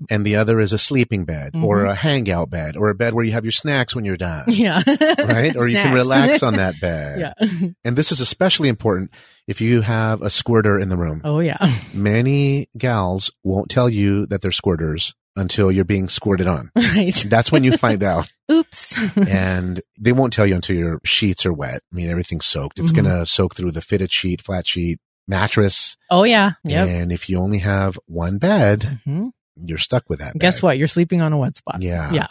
S2: and the other is a sleeping bed or
S1: Mm-hmm.
S2: a hangout bed or a bed where you have your snacks when you're done.
S1: Yeah.
S2: Right? Or you can
S1: Snacks.
S2: relax on that bed.
S1: yeah.
S2: And this is especially important if you have a squirter in the room.
S1: Oh yeah.
S2: Many gals won't tell you that they're squirters until you're being squirted on.
S1: Right.
S2: That's when you find out.
S1: Oops.
S2: and they won't tell you until your sheets are wet. I mean, everything's soaked. It's
S1: Mhm.
S2: going to soak through the fitted sheet, flat sheet, mattress.
S1: Oh yeah. Yep.
S2: And if you only have one bed,
S1: Mhm.
S2: you're stuck with that.
S1: Guess what? You're sleeping on a wet spot.
S2: Yeah.
S1: Yeah.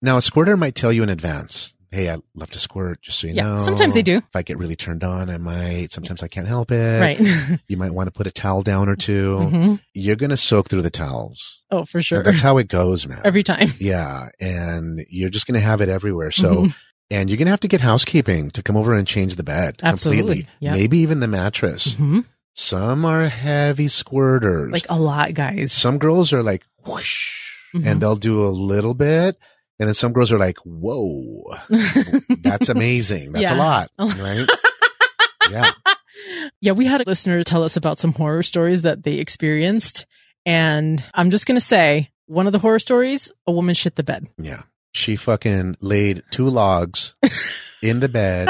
S2: Now, a squirter might tell you in advance, Hey, I love to squirt, just so you
S1: Yeah.
S2: know.
S1: Sometimes they do.
S2: If I get really turned on, I might. Sometimes I can't help it.
S1: Right.
S2: You might want to put a towel down or 2 you
S1: Mhm.
S2: You're going to soak through the towels.
S1: Oh, for sure.
S2: That's how it goes, man.
S1: Every time.
S2: yeah. And you're just going to have it everywhere. So.
S1: Mhm.
S2: And you're going to have to get housekeeping to come over and change the bed
S1: Absolutely.
S2: completely.
S1: Yeah.
S2: Maybe even the mattress.
S1: Mhm.
S2: Some are heavy squirters.
S1: like a lot, guys.
S2: some girls are like whoosh
S1: Mhm.
S2: and they'll do a little bit. And then some girls are like, whoa, that's amazing. That's
S1: Yeah. Oh.
S2: a lot.
S1: A lot.
S2: Right. yeah.
S1: Yeah, we had a listener tell us about some horror stories that they experienced. And I'm just going to say one of the horror stories, a woman shit the bed.
S2: Yeah. She fucking laid two logs in the bed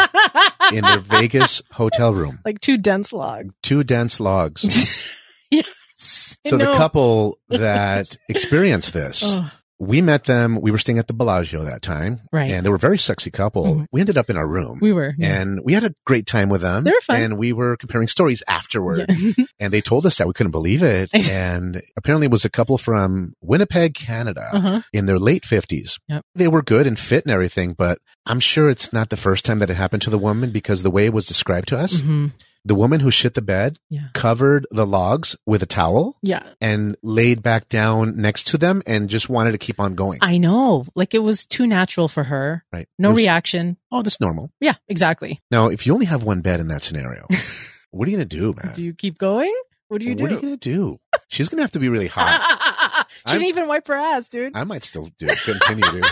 S2: in their Vegas hotel room.
S1: like two dense logs.
S2: Two dense logs.
S1: yes. I
S2: So the
S1: know.
S2: couple that experienced this,
S1: Oh,
S2: we met them. We were staying at the Bellagio that time.
S1: Right.
S2: And they were a very sexy couple.
S1: Mhm.
S2: We ended up in our room.
S1: we were. yeah.
S2: and we had a great time with them.
S1: They were fun.
S2: And we were comparing stories afterward.
S1: Yeah.
S2: And they told us that we couldn't believe it. and apparently it was a couple from Winnipeg, Canada
S1: uh-huh.
S2: in their late fifties.
S1: Yep.
S2: They were good and fit and everything, but I'm sure it's not the first time that it happened to the woman because the way it was described to us,
S1: Mhm.
S2: the woman who shit the bed
S1: Yeah.
S2: covered the logs with a towel
S1: Yeah.
S2: and laid back down next to them and just wanted to keep on going.
S1: I know. Like it was too natural for her.
S2: right.
S1: Uh, No
S2: It was-
S1: reaction.
S2: Oh, that's normal.
S1: Yeah, exactly.
S2: Now, if you only have one bed in that scenario, what are you going to do, man?
S1: Do you keep going? What do you do?
S2: What are you gonna do? She's gonna have to be really
S1: she
S2: hot. I'm-
S1: didn't even wipe her ass, dude.
S2: I might still do continue to.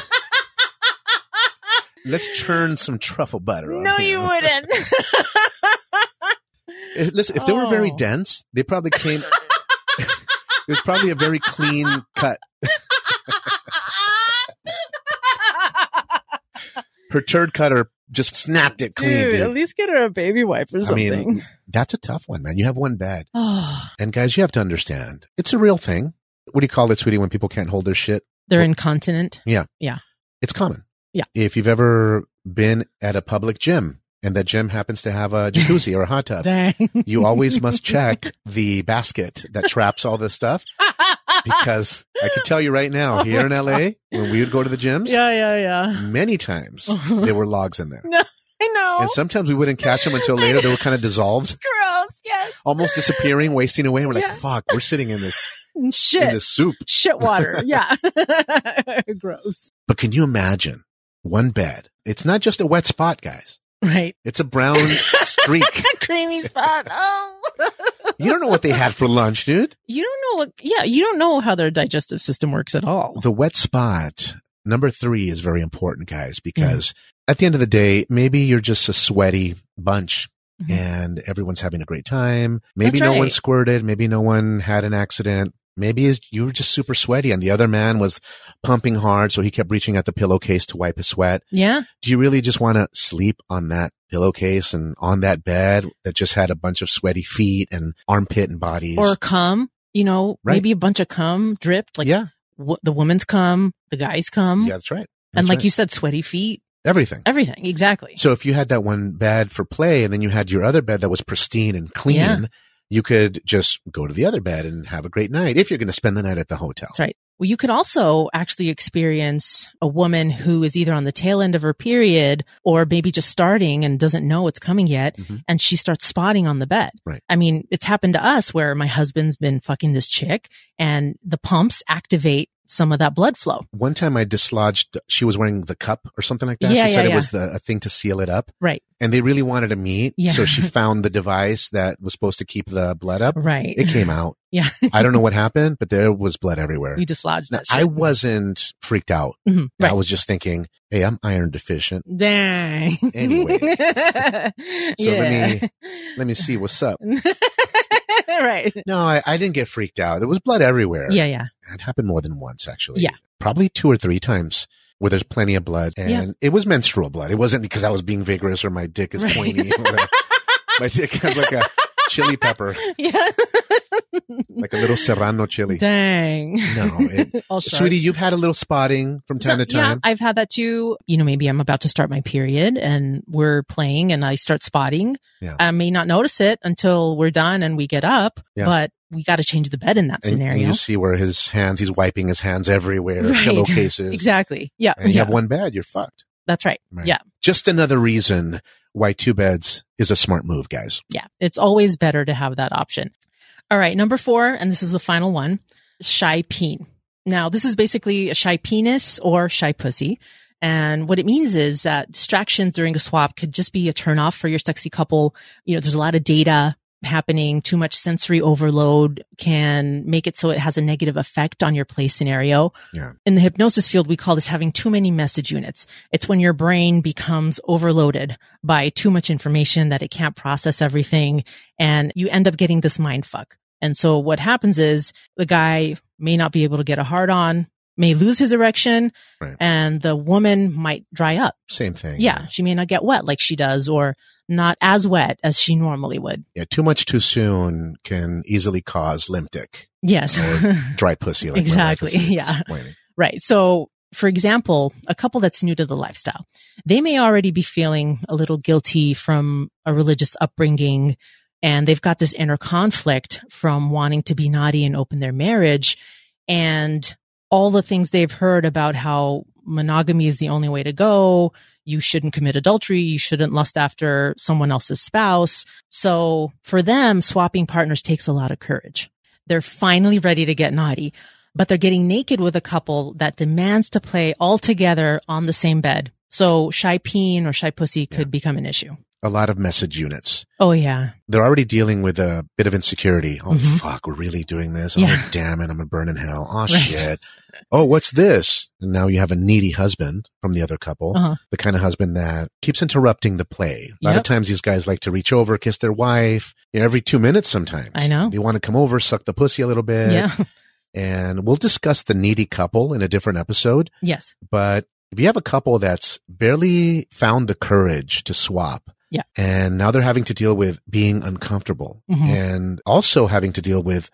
S2: Let's churn some truffle butter. on
S1: no,
S2: here.
S1: you wouldn't.
S2: If- Listen, if they were very
S1: Oh.
S2: dense, they probably came. There's probably a very clean cut. Her turd cutter just snapped it clean,
S1: dude,
S2: dude.
S1: at least get her a baby wipe or
S2: I mean, uh,
S1: something.
S2: That's a tough one, man. You have one bed,
S1: oh,
S2: and guys, you have to understand it's a real thing. What do you call it, sweetie? When people can't hold their shit,
S1: they're incontinent.
S2: it's common.
S1: Yeah.
S2: If you've ever been at a public gym and that gym happens to have a jacuzzi or a hot tub,
S1: Dang.
S2: uh, you always must check the basket that traps all this stuff because I can tell you right now,
S1: Oh
S2: here in
S1: my
S2: LA, when we would go to the gyms,
S1: yeah, yeah, yeah.
S2: many times there were logs in there.
S1: I know.
S2: And sometimes we wouldn't catch them until later. They were kind of dissolved,
S1: gross. Yes.
S2: almost disappearing, wasting away. And we're like,
S1: Yeah.
S2: fuck, we're sitting in this,
S1: And
S2: in
S1: shit.
S2: this soup.
S1: shit water. Yeah. gross.
S2: But can you imagine one bed? It's not just a wet spot, guys.
S1: Right.
S2: It's a brown streak.
S1: Creamy spot. Oh.
S2: You don't know what they had for lunch, dude.
S1: You don't know what, yeah, you don't know how their digestive system works at all.
S2: the wet spot number three is very important guys
S1: Mm-hmm.
S2: because at the end of the day maybe you're just a sweaty bunch
S1: Mhm.
S2: and everyone's having a great time maybe
S1: That's
S2: no one
S1: right.
S2: squirted maybe no one had an accident maybe it's- you were just super sweaty and the other man was pumping hard so he kept reaching at the pillowcase to wipe his sweat
S1: Yeah.
S2: do you really just want to sleep on that pillowcase and on that bed that just had a bunch of sweaty feet and armpit and bodies
S1: Or cum, you know,
S2: Right.
S1: maybe a bunch of cum dripped, like
S2: yeah
S1: w- the woman's cum, the guy's cum.
S2: yeah that's right
S1: and
S2: That's
S1: like
S2: right.
S1: you said, sweaty feet,
S2: everything
S1: everything. Exactly.
S2: So if you had that one bed for play and then you had your other bed that was pristine and clean,
S1: Yeah.
S2: you could just go to the other bed and have a great night if you're going to spend the night at the hotel.
S1: That's right. Well, you could also actually experience a woman who is either on the tail end of her period or maybe just starting and doesn't know what's coming yet.
S2: Mhm.
S1: And she starts spotting on the bed.
S2: Right.
S1: I mean, it's happened to us where my husband's been fucking this chick and the pumps activate some of that blood flow.
S2: One time I dislodged, she was wearing the cup or something like that.
S1: Yeah,
S2: she
S1: yeah,
S2: said it
S1: yeah.
S2: was the, a thing to seal it up.
S1: Right.
S2: And they really wanted to meet.
S1: Yeah.
S2: So she found the device that was supposed to keep the blood up.
S1: Right.
S2: It came out.
S1: Yeah.
S2: I don't know what happened, but there was blood everywhere.
S1: we dislodged
S2: Now,
S1: that.
S2: I
S1: shit.
S2: wasn't freaked out.
S1: Mhm.
S2: I
S1: Right.
S2: was just thinking, hey, I'm iron deficient.
S1: Dang.
S2: Anyway.
S1: yeah.
S2: So let Let me see what's up.
S1: right.
S2: No, I, I didn't get freaked out. There was blood everywhere.
S1: Yeah. Yeah.
S2: It happened more than once, actually.
S1: Yeah.
S2: Probably two or three times where there's plenty of blood. And
S1: Yeah.
S2: it was menstrual blood. It wasn't because I was being vigorous or my dick is
S1: Right.
S2: pointy. or whatever. my dick has like a chili pepper,
S1: Yeah.
S2: like a little serrano chili.
S1: Dang.
S2: No, it-
S1: All sharp.
S2: Sweetie, you've had a little spotting from time
S1: So,
S2: to time.
S1: Yeah, I've had that too. You know, maybe I'm about to start my period and we're playing and I start spotting.
S2: Yeah.
S1: I may not notice it until we're done and we get up,
S2: Yeah.
S1: but we got to change the bed in that
S2: and, and
S1: scenario.
S2: you see where his hands, he's wiping his hands everywhere,
S1: Right.
S2: pillowcases.
S1: exactly. Yeah.
S2: And you
S1: yeah.
S2: have one bed, you're fucked.
S1: That's right.
S2: Right.
S1: Yeah.
S2: Just another reason why two beds is a smart move, guys.
S1: Yeah. It's always better to have that option. All right. Number four, and this is the final one shy peen. Now, this is basically a shy penis or shy pussy. And what it means is that distractions during a swap could just be a turnoff for your sexy couple. You know, there's a lot of data happening, too much sensory overload can make it so it has a negative effect on your play scenario.
S2: Yeah.
S1: In the hypnosis field, we call this having too many message units. It's when your brain becomes overloaded by too much information that it can't process everything and you end up getting this mind fuck. And so what happens is the guy may not be able to get a hard on, may lose his erection,
S2: Right.
S1: and the woman might dry up.
S2: Same thing.
S1: Yeah, she may not get wet like she does or not as wet as she normally would.
S2: Yeah. Too much too soon can easily cause limp dick,
S1: Yes.
S2: dry pussy. Like my wife
S1: Exactly,
S2: is
S1: yeah.
S2: explaining.
S1: right. So, for example, a couple that's new to the lifestyle, they may already be feeling a little guilty from a religious upbringing and they've got this inner conflict from wanting to be naughty and open their marriage and all the things they've heard about how monogamy is the only way to go. You shouldn't commit adultery. You shouldn't lust after someone else's spouse. So for them, swapping partners takes a lot of courage. They're finally ready to get naughty, but they're getting naked with a couple that demands to play all together on the same bed. So shy peen or shy pussy could become an issue.
S2: A lot of message units.
S1: Oh yeah.
S2: They're already dealing with a bit of insecurity. Oh
S1: Mhm.
S2: fuck, we're really doing this.
S1: Yeah.
S2: Oh damn it, I'm gonna burn in hell. Oh shit. Oh, what's this? And now you have a needy husband from the other couple,
S1: Uh-huh.
S2: the kind of husband that keeps interrupting the play. A lot of
S1: Yep.
S2: times these guys like to reach over, kiss their wife you know, every two minutes sometimes.
S1: I know.
S2: They want to come over, suck the pussy a little bit.
S1: Yeah.
S2: And we'll discuss the needy couple in a different episode.
S1: yes.
S2: But if you have a couple that's barely found the courage to swap.
S1: Yeah.
S2: And now they're having to deal with being uncomfortable
S1: Mhm.
S2: and also having to deal with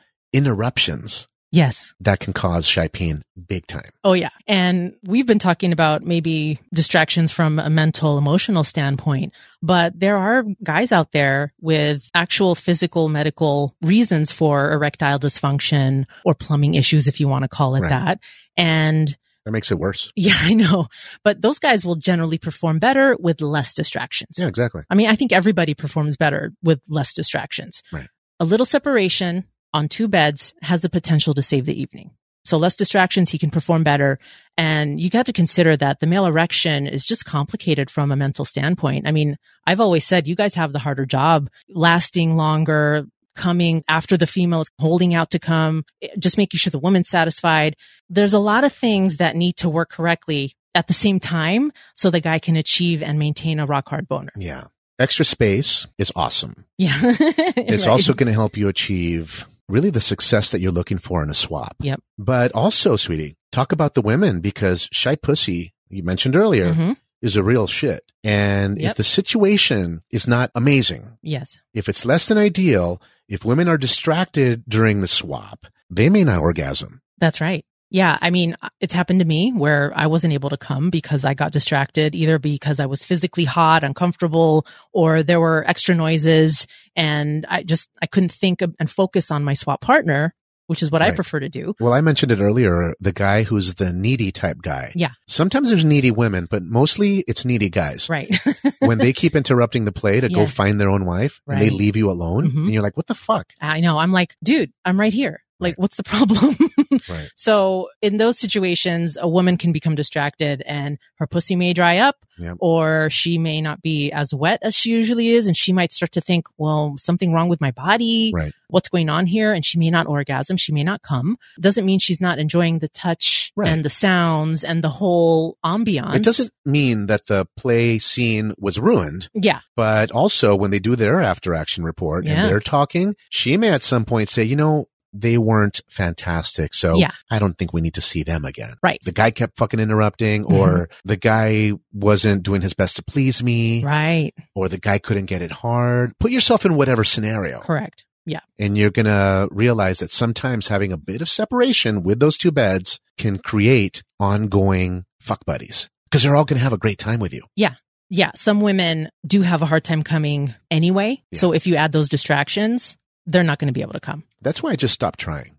S2: interruptions
S1: Yes.
S2: that can cause shy pain big time.
S1: Oh yeah. And we've been talking about maybe distractions from a mental emotional standpoint, but there are guys out there with actual physical medical reasons for erectile dysfunction or plumbing issues if you want to call it
S2: Right.
S1: that. And
S2: That makes it worse.
S1: yeah, I know, but those guys will generally perform better with less distractions.
S2: Yeah, exactly.
S1: I mean, I think everybody performs better with less distractions.
S2: Right.
S1: A little separation on two beds has the potential to save the evening. So less distractions, he can perform better. And you got to consider that the male erection is just complicated from a mental standpoint. I mean, I've always said you guys have the harder job lasting longer, coming after the female is holding out to come, just making sure the woman's satisfied. There's a lot of things that need to work correctly at the same time so the guy can achieve and maintain a rock hard boner.
S2: Yeah. Extra space is awesome.
S1: Yeah.
S2: It's
S1: Right.
S2: also going to help you achieve really the success that you're looking for in a swap.
S1: Yep.
S2: But also, sweetie, talk about the women because shy pussy, you mentioned earlier,
S1: Mhm.
S2: is a real shit. And if
S1: Yep.
S2: the situation is not amazing,
S1: Yes.
S2: if it's less than ideal, if women are distracted during the swap, they may not orgasm.
S1: That's right. Yeah. I mean, it's happened to me where I wasn't able to come because I got distracted, either because I was physically hot, uncomfortable, or there were extra noises and I just, I couldn't think of, and focus on my swap partner, which is what I
S2: Right.
S1: prefer to do.
S2: Well, I mentioned it earlier, the guy who's the needy type guy.
S1: Yeah.
S2: Sometimes there's needy women, but mostly it's needy guys.
S1: Right.
S2: when they keep interrupting the play to go
S1: Yeah.
S2: find their own wife and they
S1: Right.
S2: leave you alone
S1: Mhm.
S2: and you're like, what the fuck?
S1: I know. I'm like, dude, I'm right here. Like,
S2: Right.
S1: what's the problem?
S2: Right.
S1: So in those situations, a woman can become distracted and her pussy may dry up
S2: Yep.
S1: or she may not be as wet as she usually is. And she might start to think, well, something wrong with my body.
S2: Right.
S1: What's going on here? And she may not orgasm. She may not come. Doesn't mean she's not enjoying the touch
S2: Right.
S1: and the sounds and the whole ambiance.
S2: It doesn't mean that the play scene was ruined,
S1: Yeah.
S2: but also when they do their after action report
S1: Yeah.
S2: and they're talking, she may at some point say, you know, they weren't fantastic. So
S1: Yeah.
S2: I don't think we need to see them again.
S1: Right.
S2: The guy kept fucking interrupting or the guy wasn't doing his best to please me
S1: Mm-hmm. Right.
S2: or the guy couldn't get it hard. Put yourself in whatever scenario
S1: Correct. Yeah.
S2: and you're going to realize that sometimes having a bit of separation with those two beds can create ongoing fuck buddies because they're all going to have a great time with you.
S1: yeah, some women do have a hard time coming anyway.
S2: Yeah.
S1: So if you add those distractions, they're not going to be able to come.
S2: That's why I just stopped trying.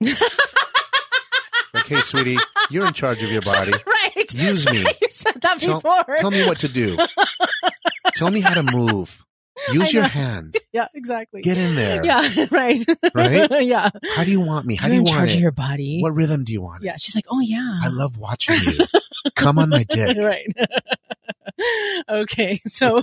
S2: like, hey, sweetie, you're in charge of your body.
S1: right.
S2: Use me.
S1: you said that
S2: Tell-
S1: before.
S2: Tell me what to do. Tell me how to move.
S1: I
S2: Use your
S1: know.
S2: hand.
S1: yeah, exactly.
S2: Get in there.
S1: yeah, right.
S2: Right?
S1: yeah.
S2: How do you want me? How
S1: You're
S2: do you
S1: in
S2: want
S1: charge
S2: it?
S1: of your body.
S2: what rhythm do you want? it?
S1: yeah. She's like, oh yeah.
S2: I love watching you. Come on my dick.
S1: right. okay. So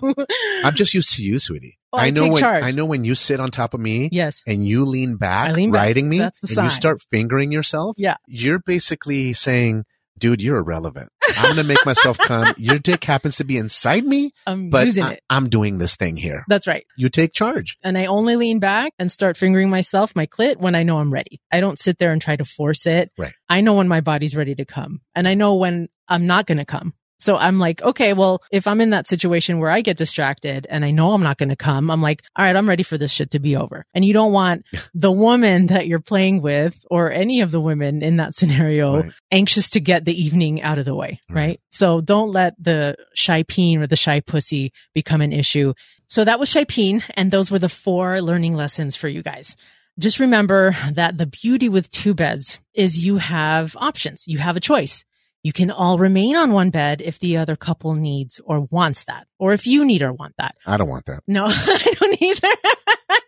S2: I'm just used to you, sweetie.
S1: Well, I
S2: I know
S1: take
S2: when
S1: Oh, charge.
S2: I know when you sit on top of me
S1: yes.
S2: and you lean back,
S1: I lean back.
S2: riding me,
S1: That's the
S2: and
S1: sign.
S2: you start fingering yourself.
S1: Yeah.
S2: you're basically saying, "Dude, you're irrelevant. I'm gonna make myself come. Your dick happens to be inside me,
S1: I'm
S2: but
S1: using
S2: I,
S1: it.
S2: I'm doing this thing here.
S1: That's right.
S2: You take charge.
S1: And I only lean back and start fingering myself, my clit, when I know I'm ready. I don't sit there and try to force it.
S2: Right.
S1: I know when my body's ready to come and I know when I'm not going to come. So I'm like, okay, well, if I'm in that situation where I get distracted and I know I'm not going to come, I'm like, all right, I'm ready for this shit to be over. And you don't want the woman that you're playing with or any of the women in that scenario
S2: Right.
S1: anxious to get the evening out of the way, right?
S2: Right.
S1: So don't let the shy peen or the shy pussy become an issue. So that was shy peen, and those were the four learning lessons for you guys. Just remember that the beauty with two beds is you have options. You have a choice. You can all remain on one bed if the other couple needs or wants that, or if you need or want that.
S2: I don't want that.
S1: No, I don't either.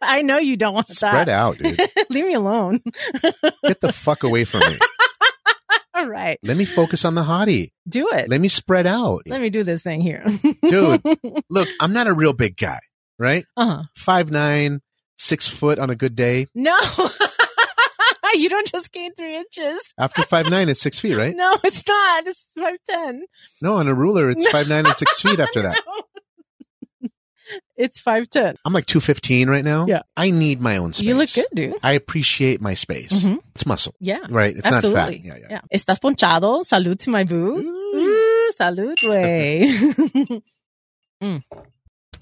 S1: I know you don't want
S2: Spread
S1: that.
S2: out, dude.
S1: Leave me alone.
S2: Get the fuck away from me.
S1: All right.
S2: Let me focus on the hottie.
S1: Do it.
S2: Let me spread out,
S1: Let me do this thing here.
S2: dude. Look, I'm not a real big guy, right?
S1: Uh-huh.
S2: Five nine, six foot on a good day.
S1: No. you don't just gain three inches.
S2: After five nine, it's six feet, right?
S1: No, it's not. It's five ten.
S2: No, on a ruler, it's five nine and six feet. After that,
S1: It's five ten.
S2: I'm like two fifteen right now.
S1: Yeah.
S2: I need my own space.
S1: You look good, dude.
S2: I appreciate my space.
S1: Mhm.
S2: It's muscle,
S1: Yeah.
S2: right? It's
S1: absolutely.
S2: not fat. Yeah, yeah.
S1: Estás ponchado. Salud to my boo. Ooh, salud, way.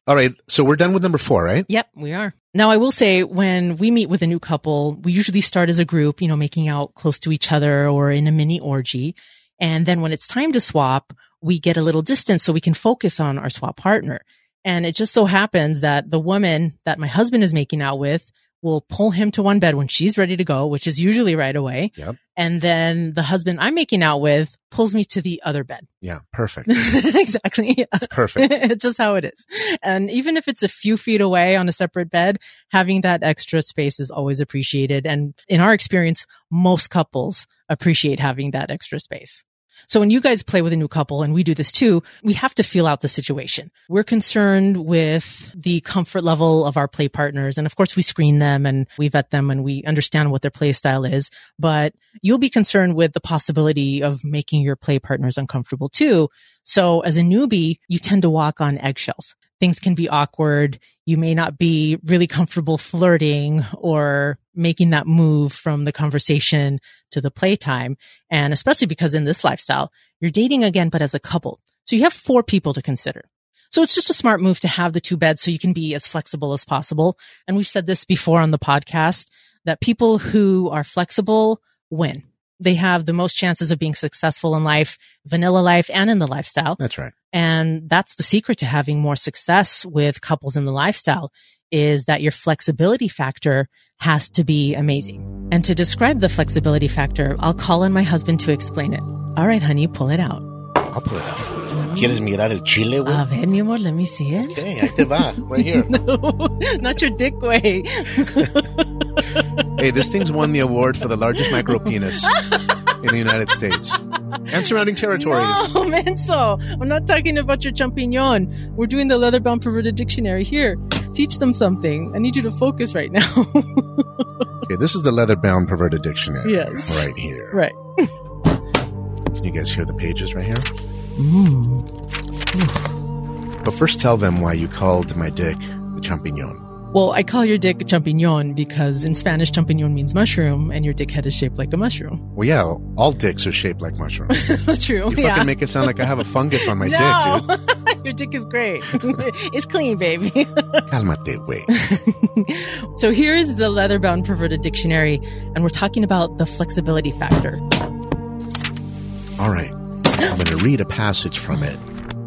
S2: All right, so we're done with number four, right?
S1: Yep, we are. Now, I will say when we meet with a new couple, we usually start as a group, you know, making out close to each other or in a mini orgy. And then when it's time to swap, we get a little distance so we can focus on our swap partner. And it just so happens that the woman that my husband is making out with will pull him to one bed when she's ready to go, which is usually right away.
S2: Yep.
S1: And then the husband I'm making out with pulls me to the other bed.
S2: Yeah, perfect.
S1: exactly. Yeah.
S2: It's perfect.
S1: it's just how it is. And even if it's a few feet away on a separate bed, having that extra space is always appreciated. And in our experience, most couples appreciate having that extra space. So when you guys play with a new couple, and we do this too, we have to feel out the situation. We're concerned with the comfort level of our play partners. And of course, we screen them and we vet them and we understand what their play style is. But you'll be concerned with the possibility of making your play partners uncomfortable too. So as a newbie, you tend to walk on eggshells. Things can be awkward. You may not be really comfortable flirting or making that move from the conversation to the playtime. And especially because in this lifestyle, you're dating again, but as a couple. So you have four people to consider. So it's just a smart move to have the two beds so you can be as flexible as possible. And we've said this before on the podcast that people who are flexible win. They have the most chances of being successful in life vanilla life and in the lifestyle.
S2: That's right.
S1: And that's the secret to having more success with couples in the lifestyle is that your flexibility factor has to be amazing. And to describe the flexibility factor, I'll call on my husband to explain it. All right, honey, pull it out.
S2: I'll pull it out. ¿Quieres mirar el chile,
S1: A ver, mi amor, let me see it.
S2: Okay, ahí te va, right here.
S1: Not your dick way.
S2: Hey, this thing's won the award for the largest micro penis in the United States and surrounding territories.
S1: No, Menso. We're not talking about your champignon. We're doing the leather-bound perverted dictionary here. Teach them something. I need you to focus right now.
S2: Okay, this is the leather bound perverted dictionary.
S1: Yes.
S2: Right here.
S1: right.
S2: Can you guys hear the pages right here?
S1: Mm.
S2: But first, tell them why you called my dick the champignon.
S1: Well, I call your dick a champignon because in Spanish, champignon means mushroom, and your dick head is shaped like a mushroom.
S2: Well, yeah, all dicks are shaped like mushrooms. You
S1: True.
S2: fucking
S1: yeah.
S2: make it sound like I have a fungus on my dick,
S1: no, your dick is great. it's clean, baby.
S2: dude. Calmate, way.
S1: so here is the leather-bound perverted dictionary, and we're talking about the flexibility factor.
S2: All right. I'm going to read a passage from it.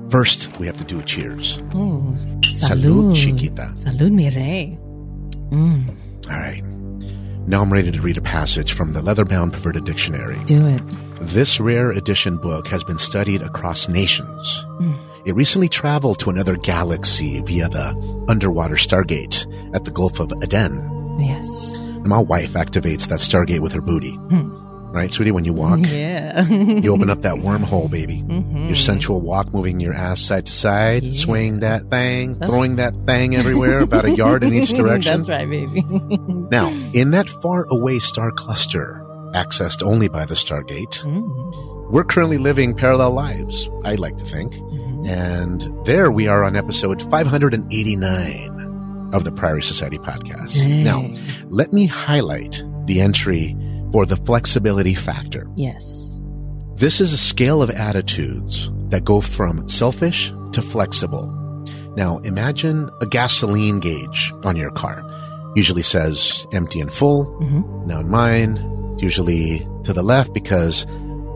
S2: First, we have to do cheers.
S1: Oh,
S2: Salud, chiquita.
S1: Salud, mi rey. Mm,
S2: All right. Now I'm ready to read a passage from the Leatherbound Perverted Dictionary.
S1: do it.
S2: This rare edition book has been studied across nations.
S1: Mm.
S2: It recently traveled to another galaxy via the underwater Stargate at the Gulf of Aden.
S1: Yes.
S2: And my wife activates that Stargate with her booty.
S1: Hmm.
S2: right, sweetie? When you walk,
S1: Yeah.
S2: you open up that wormhole, baby.
S1: Mhm.
S2: Your sensual walk, moving your ass side to side,
S1: Yeah.
S2: swaying that thing,
S1: That's-
S2: throwing that thing everywhere, about a yard in each direction.
S1: That's right, baby.
S2: Now, in that far away star cluster, accessed only by the Stargate,
S1: Mhm.
S2: we're currently living parallel lives, I like to think.
S1: Mhm.
S2: And there we are on episode 589 of the Priory Society podcast. Now,
S1: Dang.
S2: let me highlight the entry for the flexibility factor.
S1: yes.
S2: This is a scale of attitudes that go from selfish to flexible. Now imagine a gasoline gauge on your car. Usually says empty and full.
S1: Mhm.
S2: Now in mine, it's usually to the left because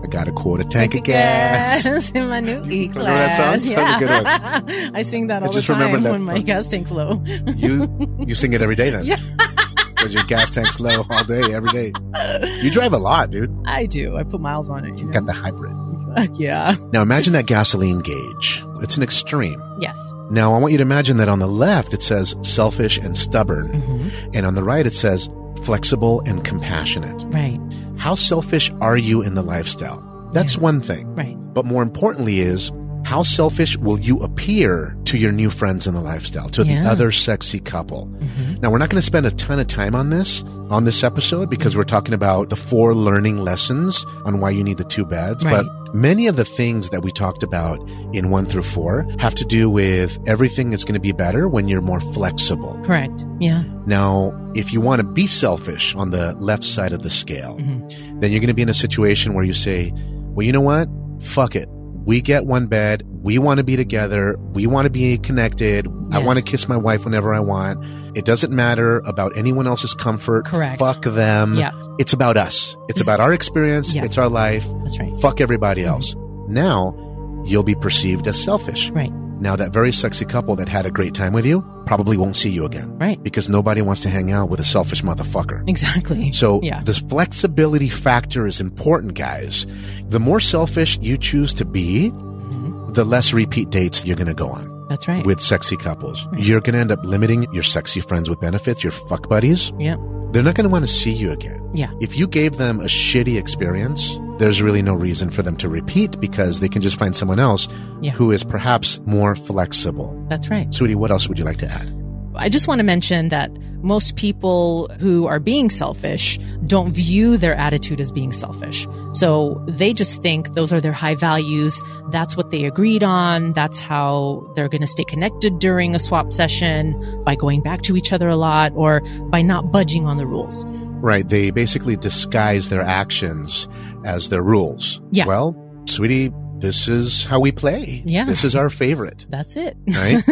S2: I got to quote a tank of gas.
S1: in my new E
S2: Remember
S1: class.
S2: that song? That was a good
S1: Yeah. I sing that
S2: I
S1: all the
S2: just remembered
S1: time
S2: that
S1: when my
S2: part.
S1: gas tank's low.
S2: you you sing it every day then.
S1: Yeah.
S2: Because your gas tank's low all day, every day. You drive a lot, dude.
S1: I do. I put miles on it. You
S2: You
S1: know?
S2: got the hybrid.
S1: yeah.
S2: Now imagine that gasoline gauge. It's an extreme.
S1: Yes.
S2: Now I want you to imagine that on the left it says selfish and stubborn.
S1: Mhm.
S2: And on the right, it says flexible and compassionate.
S1: Right.
S2: How selfish are you in the lifestyle? That's
S1: Yeah.
S2: one thing.
S1: Right.
S2: But more importantly is how selfish will you appear to your new friends in the lifestyle, to
S1: Yeah.
S2: the other sexy couple?
S1: Mhm.
S2: Now, we're not going to spend a ton of time on this on this episode because we're talking about the four learning lessons on why you need the two beds.
S1: Right.
S2: But many of the things that we talked about in one through four have to do with everything is going to be better when you're more flexible.
S1: Correct. Yeah.
S2: Now, if you want to be selfish on the left side of the scale,
S1: Mm-hmm.
S2: then you're going to be in a situation where you say, well, you know what? Fuck it. We get one bed. We want to be together. We want to be connected. I
S1: Yes.
S2: want to kiss my wife whenever I want. It doesn't matter about anyone else's comfort.
S1: Correct.
S2: Fuck them.
S1: Yeah.
S2: It's about us. It's
S1: This-
S2: about our experience.
S1: Yeah.
S2: It's our life.
S1: That's right.
S2: Fuck everybody else. Now you'll be perceived as selfish.
S1: Right.
S2: Now that very sexy couple that had a great time with you probably won't see you again
S1: Right.
S2: because nobody wants to hang out with a selfish motherfucker.
S1: Exactly.
S2: So
S1: yeah.
S2: this flexibility factor is important, guys. The more selfish you choose to be,
S1: Mhm.
S2: the less repeat dates you're going to go on
S1: That's right.
S2: with sexy couples.
S1: Right.
S2: You're going to end up limiting your sexy friends with benefits, your fuck buddies.
S1: Yeah.
S2: They're not going to want to see you again.
S1: Yeah.
S2: If you gave them a shitty experience, there's really no reason for them to repeat because they can just find someone else
S1: Yeah.
S2: who is perhaps more flexible.
S1: That's right.
S2: Sweetie, what else would you like to add?
S1: I just want to mention that most people who are being selfish don't view their attitude as being selfish. So they just think those are their high values. That's what they agreed on. That's how they're going to stay connected during a swap session by going back to each other a lot or by not budging on the rules.
S2: Right. They basically disguise their actions as their rules.
S1: Yeah.
S2: Well, sweetie, this is how we play.
S1: Yeah.
S2: This is our favorite.
S1: That's it.
S2: Right.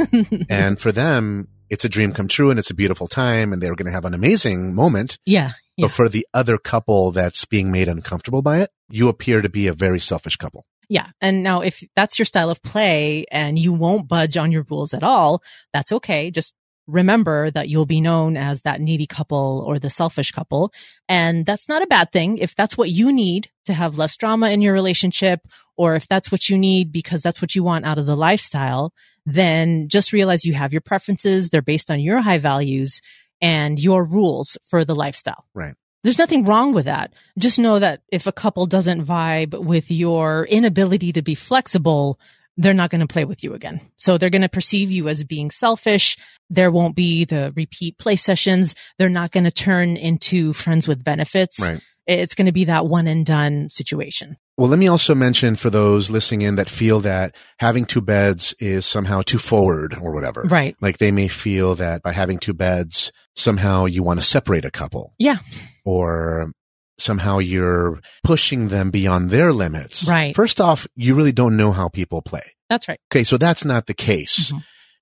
S2: and for them, it's a dream come true and it's a beautiful time and they're going to have an amazing moment.
S1: yeah. Yeah.
S2: But for the other couple that's being made uncomfortable by it, you appear to be a very selfish couple.
S1: Yeah. And now if that's your style of play and you won't budge on your rules at all, that's okay. Just remember that you'll be known as that needy couple or the selfish couple. And that's not a bad thing. If that's what you need to have less drama in your relationship, or if that's what you need because that's what you want out of the lifestyle, then just realize you have your preferences. They're based on your high values and your rules for the lifestyle.
S2: Right.
S1: There's nothing wrong with that just know that if a couple doesn't vibe with your inability to be flexible, they're not going to play with you again. So they're going to perceive you as being selfish. There won't be the repeat play sessions. They're not going to turn into friends with benefits.
S2: Right.
S1: It's going to be that one and done situation.
S2: Well, let me also mention for those listening in that feel that having two beds is somehow too forward or whatever.
S1: Right.
S2: Like they may feel that by having two beds, somehow you want to separate a couple.
S1: Yeah.
S2: Or somehow you're pushing them beyond their limits.
S1: Right.
S2: First off, you really don't know how people play.
S1: That's right.
S2: Okay. So that's not the case.
S1: Mhm.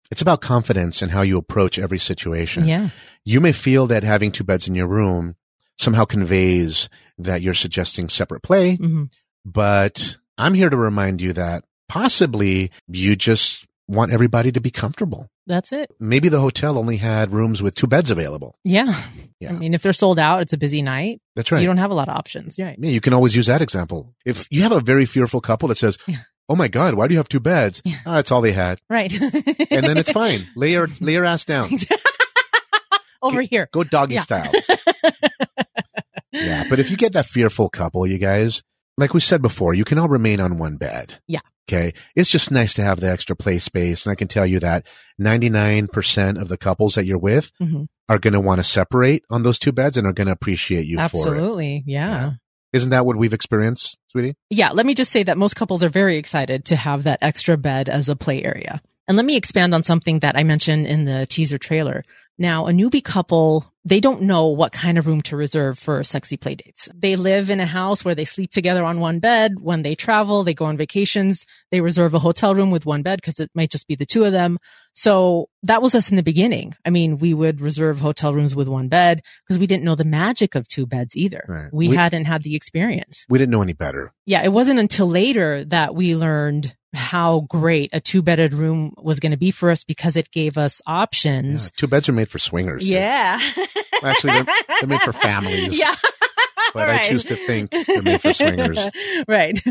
S2: It's about confidence and how you approach every situation.
S1: Yeah.
S2: You may feel that having two beds in your room somehow conveys that you're suggesting separate play,
S1: hmm
S2: but I'm here to remind you that possibly you just want everybody to be comfortable
S1: That's it.
S2: maybe the hotel only had rooms with two beds available.
S1: Yeah.
S2: Yeah.
S1: I mean, if they're sold out, it's a busy night.
S2: That's right.
S1: You
S2: You,
S1: don't have a lot of options. Right.
S2: yeah, you can always use that example. If you have a very fearful couple that says,
S1: Yeah.
S2: Oh my God, why do you have two beds?
S1: Yeah.
S2: Ah, that's all they had.
S1: Right.
S2: And then it's fine. lay your, lay your ass down.
S1: Over here.
S2: Go doggy
S1: Yeah.
S2: style. Yeah. But if you get that fearful couple, you guys, like we said before, you can all remain on one bed.
S1: Yeah.
S2: Okay. It's just nice to have the extra play space. And I can tell you that 99% of the couples that you're with
S1: Mhm.
S2: are going to want to separate on those two beds and are going to appreciate you for it.
S1: Absolutely.
S2: Yeah.
S1: yeah.
S2: Isn't that what we've experienced, sweetie?
S1: Yeah, let me just say that most couples are very excited to have that extra bed as a play area. And let me expand on something that I mentioned in the teaser trailer. Now, a newbie couple, they don't know what kind of room to reserve for sexy play dates. They live in a house where they sleep together on one bed. When they travel, they go on vacations, they reserve a hotel room with one bed because it might just be the two of them. So that was us in the beginning. I mean, we would reserve hotel rooms with one bed because we didn't know the magic of two beds either.
S2: Right.
S1: We,
S2: We-
S1: hadn't had the experience
S2: We didn't know any better.
S1: yeah, it wasn't until later that we learned how great a two bedded room was going to be for us because it gave us
S2: Yeah.
S1: options.
S2: Two beds are made for swingers.
S1: Mm. Yeah.
S2: Actually, they're- they're made for families.
S1: Yeah.
S2: But I choose to think they're made for swingers.
S1: right.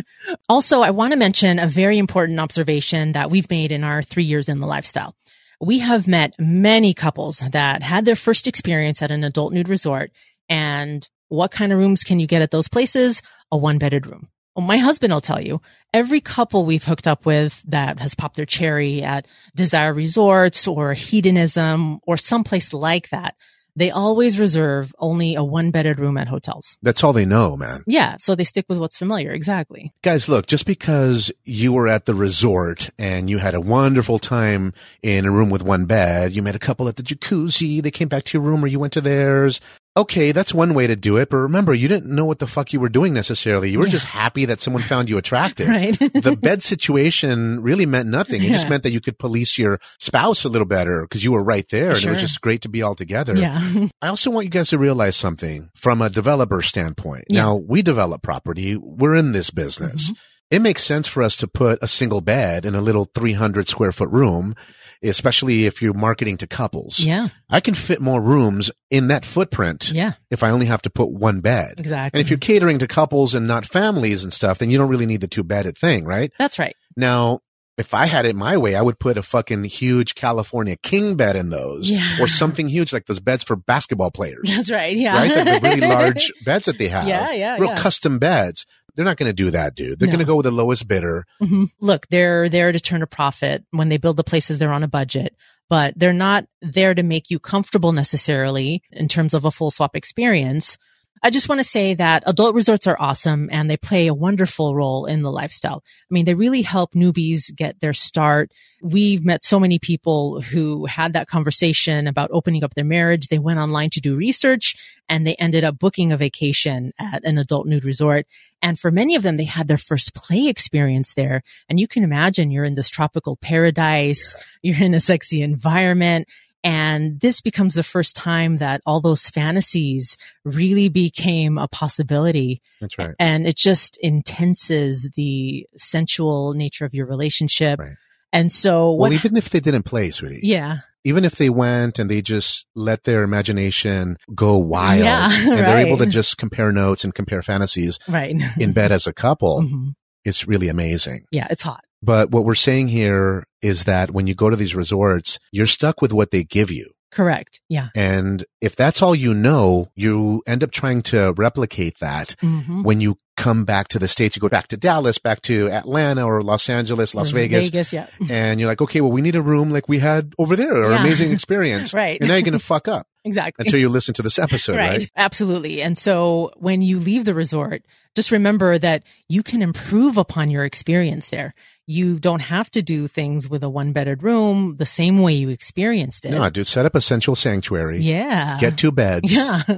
S1: Also, I want to mention a very important observation that we've made in our three years in the lifestyle. We have met many couples that had their first experience at an adult nude resort. And what kind of rooms can you get at those places? A one bedded room. Well, my husband will tell you every couple we've hooked up with that has popped their cherry at Desire Resorts or Hedonism or someplace like that, they always reserve only a one bedded room at hotels.
S2: That's all they know, man.
S1: Yeah. So they stick with what's familiar. Exactly.
S2: Guys, look, just because you were at the resort and you had a wonderful time in a room with one bed, you met a couple at the jacuzzi, they came back to your room or you went to theirs. Okay, that's one way to do it. But remember, you didn't know what the fuck you were doing necessarily. You were
S1: Yeah.
S2: just happy that someone found you attractive.
S1: Right.
S2: the bed situation really meant nothing. It just
S1: Yeah.
S2: meant that you could police your spouse a little better because you were right there and it
S1: Sure.
S2: was just great to be all together.
S1: yeah.
S2: I also want you guys to realize something from a developer standpoint.
S1: Yeah. Mm-hmm.
S2: Now, we develop property. We're in this business. It makes sense for us to put a single bed in a little 300 square foot room, especially if you're marketing to couples.
S1: Yeah.
S2: I can fit more rooms in that footprint
S1: Yeah.
S2: if I only have to put one bed.
S1: Exactly.
S2: And if you're catering to couples and not families and stuff, then you don't really need the two bedded thing, right?
S1: That's right.
S2: Now, if I had it my way, I would put a fucking huge California king bed in those
S1: Yeah.
S2: or something huge like those beds for basketball players,
S1: That's right. Yeah.
S2: right? the, the really large beds that they have.
S1: Yeah. Yeah.
S2: Real
S1: yeah.
S2: custom beds. They're not going to do that, dude. They're
S1: No.
S2: going to go with the lowest bidder.
S1: Mhm. Look, they're there to turn a profit. When they build the places, they're on a budget, but they're not there to make you comfortable necessarily in terms of a full swap experience. I just want to say that adult resorts are awesome and they play a wonderful role in the lifestyle. I mean, they really help newbies get their start. We've met so many people who had that conversation about opening up their marriage. They went online to do research and they ended up booking a vacation at an adult nude resort. And for many of them, they had their first play experience there. And you can imagine you're in this tropical paradise, you're in a sexy environment. And this becomes the first time that all those fantasies really became a possibility.
S2: That's right.
S1: And it just intenses the sensual nature of your relationship.
S2: Right.
S1: And so what?
S2: Well, even if they didn't play, sweetie,
S1: yeah.
S2: even if they went and they just let their imagination go wild
S1: Yeah,
S2: and they're able
S1: right.
S2: to just compare notes and compare fantasies
S1: Right.
S2: in bed as a couple,
S1: Mhm.
S2: it's really amazing.
S1: Yeah. It's hot.
S2: But what we're saying here is that when you go to these resorts, you're stuck with what they give you.
S1: Correct. Yeah.
S2: And if that's all you know, you end up trying to replicate that
S1: Mhm.
S2: when you come back to the States. You go back to Dallas, back to Atlanta or Los Angeles, Las
S1: Or
S2: Vegas,
S1: Vegas. Yeah.
S2: and you're like, okay, well, we need a room like we had over there, our
S1: Yeah.
S2: amazing experience.
S1: Right.
S2: And now you're going to fuck up
S1: Exactly.
S2: until you listen to this episode, right?
S1: Absolutely. And so when you leave the resort, just remember that you can improve upon your experience there. You don't have to do things with a one bedded room the same way you experienced it.
S2: No, dude, set up a sensual sanctuary,
S1: yeah.
S2: get two beds,
S1: yeah.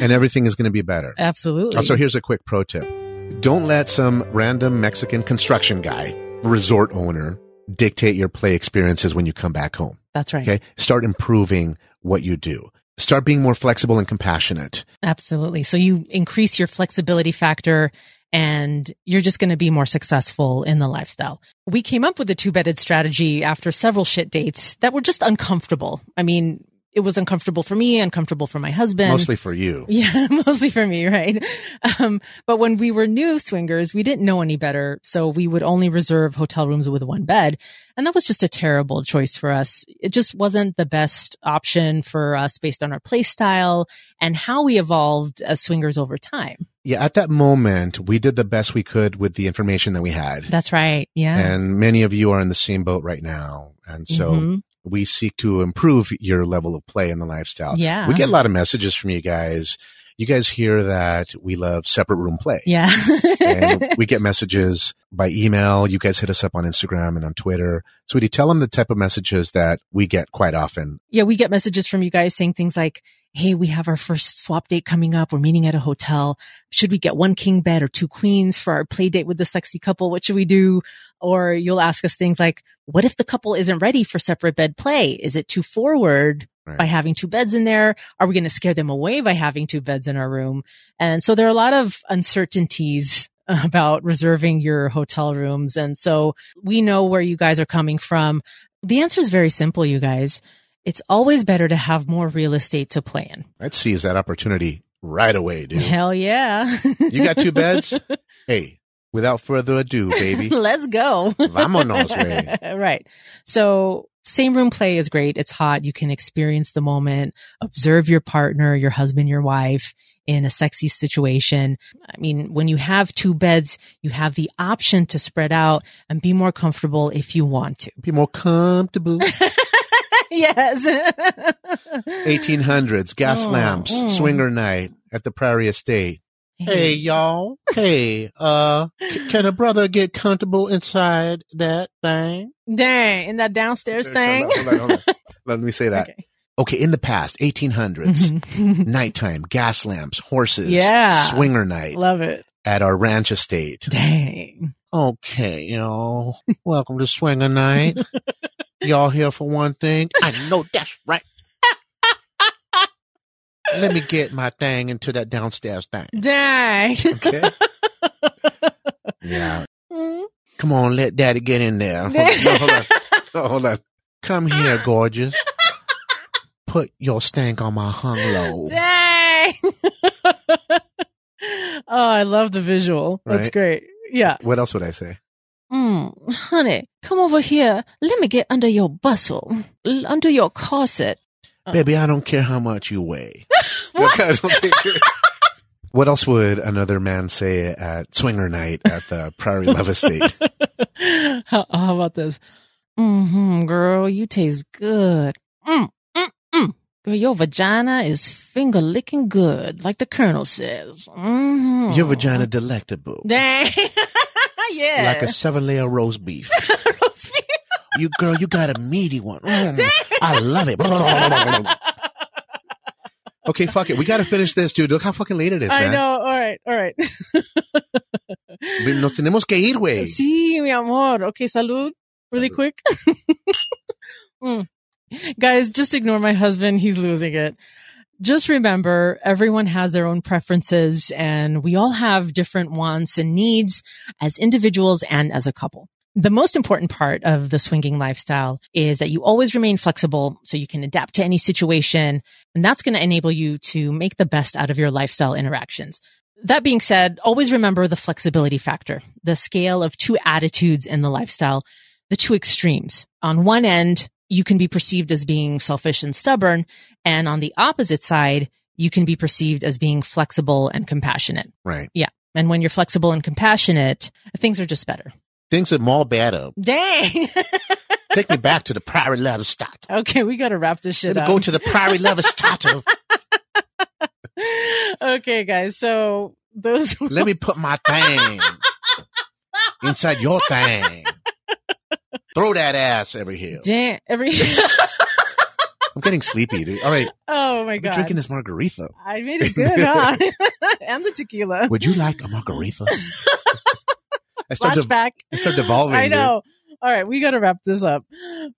S2: and everything is going to be better.
S1: Absolutely.
S2: Also, here's a quick pro tip don't let some random Mexican construction guy, resort owner, dictate your play experiences when you come back home.
S1: That's right.
S2: Okay. Start improving what you do. Start being more flexible and compassionate.
S1: Absolutely. So you increase your flexibility factor and you're just going to be more successful in the lifestyle. We came up with the two bedded strategy after several shit dates that were just uncomfortable. I mean, it was uncomfortable for me, uncomfortable for my husband.
S2: Mostly for you.
S1: Yeah, mostly for me, right? Um, but when we were new swingers, we didn't know any better. So we would only reserve hotel rooms with one bed. And that was just a terrible choice for us. It just wasn't the best option for us based on our play style and how we evolved as swingers over time.
S2: Yeah. At that moment, we did the best we could with the information that we had.
S1: That's right. Yeah.
S2: and many of you are in the same boat right now. And so
S1: Mhm.
S2: we seek to improve your level of play and the lifestyle.
S1: yeah.
S2: We get a lot of messages from you guys. You guys hear that we love separate room play.
S1: yeah.
S2: and we get messages by email. You guys hit us up on Instagram and on Twitter. Sweetie, tell them the type of messages that we get quite often.
S1: yeah, we get messages from you guys saying things like, Hey, we have our first swap date coming up. We're meeting at a hotel. Should we get one king bed or two queens for our play date with the sexy couple? What should we do? Or you'll ask us things like, what if the couple isn't ready for separate bed play? Is it too forward
S2: Right.
S1: by having two beds in there? Are we going to scare them away by having two beds in our room? And so there are a lot of uncertainties about reserving your hotel rooms. And so we know where you guys are coming from. The answer is very simple, you guys it's always better to have more real estate to play in.
S2: I'd seize that opportunity right away, dude.
S1: Hell yeah.
S2: you got two beds? Hey, without further ado, baby,
S1: Let's
S2: Oh,
S1: go.
S2: vamonos, way.
S1: right. So same room play is great. It's hot. You can experience the moment, observe your partner, your husband, your wife in a sexy situation. I mean, when you have two beds, you have the option to spread out and be more comfortable if you want to.
S2: Be more comfortable.
S1: yes.
S2: 1800s, gas
S1: Mm,
S2: lamps,
S1: mm.
S2: swinger night at the Prairie Estate. Hey, y'all. Hey, uh, c- can a brother get comfortable inside that thing?
S1: Dang, in that downstairs thing.
S2: Hold on, hold on, hold on. Let me say that.
S1: Okay.
S2: Okay, in the past, 1800s,
S1: Mhm.
S2: nighttime, gas lamps, horses,
S1: Yeah.
S2: swinger night
S1: Love it.
S2: at our ranch estate.
S1: Dang.
S2: Okay, y'all. Welcome to swinger night. y'all here for one thing? I know that's right. Let me get my thing into that downstairs thing.
S1: Dang.
S2: Okay. yeah. Come on, let daddy get in there. Hold on, no, hold on. No, hold on. Come here, gorgeous. Put your stank on my hung low.
S1: Dang. oh, I love the visual. That's
S2: Right?
S1: great. Yeah.
S2: What else would I say?
S1: Mm, honey, come over here. Let me get under your bustle, L- under your corset.
S2: Baby, I don't care how much you weigh.
S1: What?
S2: I don't think- what else would another man say at swinger night at the Prairie Love Estate?
S1: how, how about this? Mm-hmm, girl, you taste good. Mm, mm, mm. Girl, your vagina is finger licking good, like the colonel says. Mm-hmm.
S2: Your vagina delectable.
S1: Dang. yeah.
S2: Like a seven layer roast beef.
S1: Roast beef.
S2: You girl, you got a meaty one. Mm,
S1: Dang.
S2: I love it. okay, fuck it. We gotta finish this, dude. Look how fucking late it is,
S1: I
S2: man.
S1: know. All right. All right.
S2: We- Nos tenemos que ir, güey.
S1: Sí, mi amor. Okay, salud. Really
S2: Salud.
S1: quick. Mm. Guys, just ignore my husband. He's losing it. Just remember, everyone has their own preferences and we all have different wants and needs as individuals and as a couple. The most important part of the swinging lifestyle is that you always remain flexible so you can adapt to any situation. And that's going to enable you to make the best out of your lifestyle interactions. That being said, always remember the flexibility factor, the scale of two attitudes in the lifestyle, the two extremes. On one end, you can be perceived as being selfish and stubborn. And on the opposite side, you can be perceived as being flexible and compassionate.
S2: Right.
S1: And when you're flexible and compassionate, things are just better.
S2: Things are more better.
S1: Dang.
S2: Take me back to the Prairie Love Estate.
S1: okay, we got to wrap this shit
S2: Let me
S1: up.
S2: go to the Prairie Love Estate.
S1: okay, guys. So those
S2: Let me put my thing inside your thing. Throw that ass every hill.
S1: Dang, every
S2: I'm getting sleepy, dude. All right,
S1: Oh my
S2: I've been
S1: god.
S2: drinking this margarita.
S1: I made it good, huh? and the tequila.
S2: Would you like a margarita? I start, de-
S1: Flashback.
S2: I start devolving.
S1: I
S2: dude.
S1: know. All right, we got to wrap this up.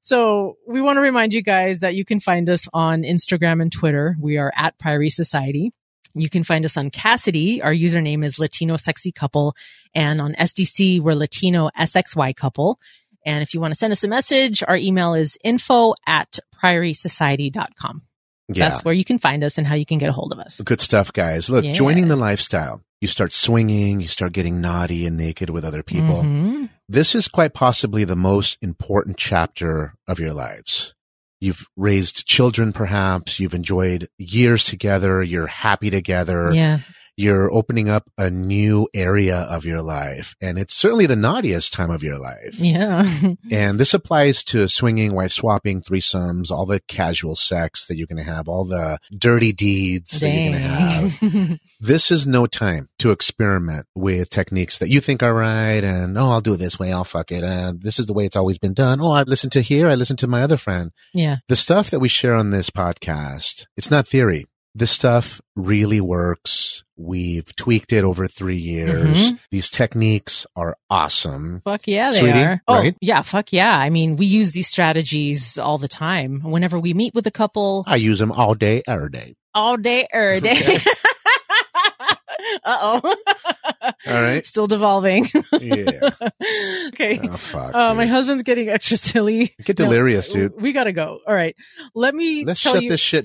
S1: So, we want to remind you guys that you can find us on Instagram and Twitter. We are at Priory Society. You can find us on Cassidy. Our username is Latino Sexy Couple. And on SDC, we're Latino SXY Couple. And if you want to send us a message, our email is info at priorysociety.com.
S2: Yeah.
S1: That's where you can find us and how you can get a hold of us.
S2: Good stuff, guys. Look,
S1: Yeah.
S2: joining the lifestyle, you start swinging, you start getting naughty and naked with other people.
S1: Mhm.
S2: This is quite possibly the most important chapter of your lives. You've raised children, perhaps. You've enjoyed years together. You're happy together.
S1: Yeah.
S2: You're opening up a new area of your life. And it's certainly the naughtiest time of your life.
S1: Yeah.
S2: And this applies to swinging, wife swapping, threesomes, all the casual sex that you're going to have, all the dirty deeds that you're going to have.
S1: Dang.
S2: This is no time to experiment with techniques that you think are right. And, oh, I'll do it this way. I'll fuck it. Uh, this is the way it's always been done. Oh, I listened to here. I listened to my other friend.
S1: yeah.
S2: The stuff that we share on this podcast, it's not theory. This stuff really works. We've tweaked it over three years.
S1: Mm-hmm.
S2: These techniques are awesome.
S1: Fuck yeah, they
S2: Sweetie,
S1: are. Oh,
S2: right?
S1: yeah. Fuck yeah. I mean, we use these strategies all the time. Whenever we meet with a couple,
S2: I use them all day, every day.
S1: all day, er day.
S2: Okay.
S1: uh oh.
S2: All right.
S1: Still devolving.
S2: Yeah.
S1: okay.
S2: Oh, fuck.
S1: Uh, my
S2: dude.
S1: husband's getting extra silly.
S2: Get
S1: No,
S2: delirious, dude.
S1: We gotta go. All right. Let me
S2: Let's
S1: tell
S2: shut
S1: you.
S2: this shit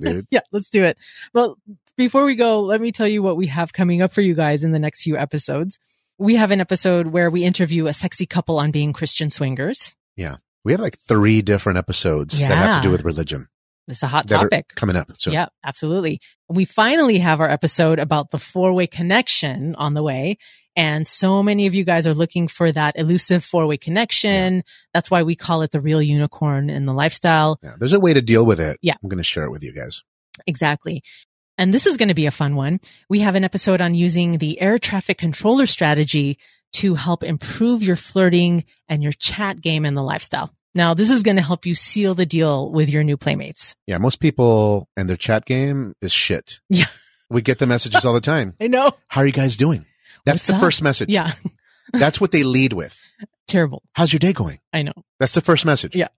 S2: dude.
S1: yeah, let's do it. But before we go, let me tell you what we have coming up for you guys in the next few episodes. We have an episode where we interview a sexy couple on being Christian swingers.
S2: We have like three different episodes that have
S1: Yeah.
S2: to do with religion
S1: It's a hot
S2: that
S1: topic.
S2: are coming up. So
S1: Yeah, absolutely. We finally have our episode about the four way connection on the way. And so many of you guys are looking for that elusive four way connection. That's why we call it the real unicorn in the lifestyle.
S2: yeah, there's a way to deal with it.
S1: Yeah.
S2: I'm going to share it with you guys.
S1: Exactly. And this is going to be a fun one. We have an episode on using the air traffic controller strategy to help improve your flirting and your chat game and the lifestyle. Now, this is going to help you seal the deal with your new playmates.
S2: Yeah. Most people and their chat game is shit.
S1: Yeah.
S2: We get the messages all the time.
S1: I know.
S2: How are you guys doing? That's
S1: What's
S2: the
S1: up?
S2: first message.
S1: Yeah.
S2: That's what they lead with.
S1: Terrible.
S2: How's your day going?
S1: I know.
S2: That's the first message.
S1: Yeah.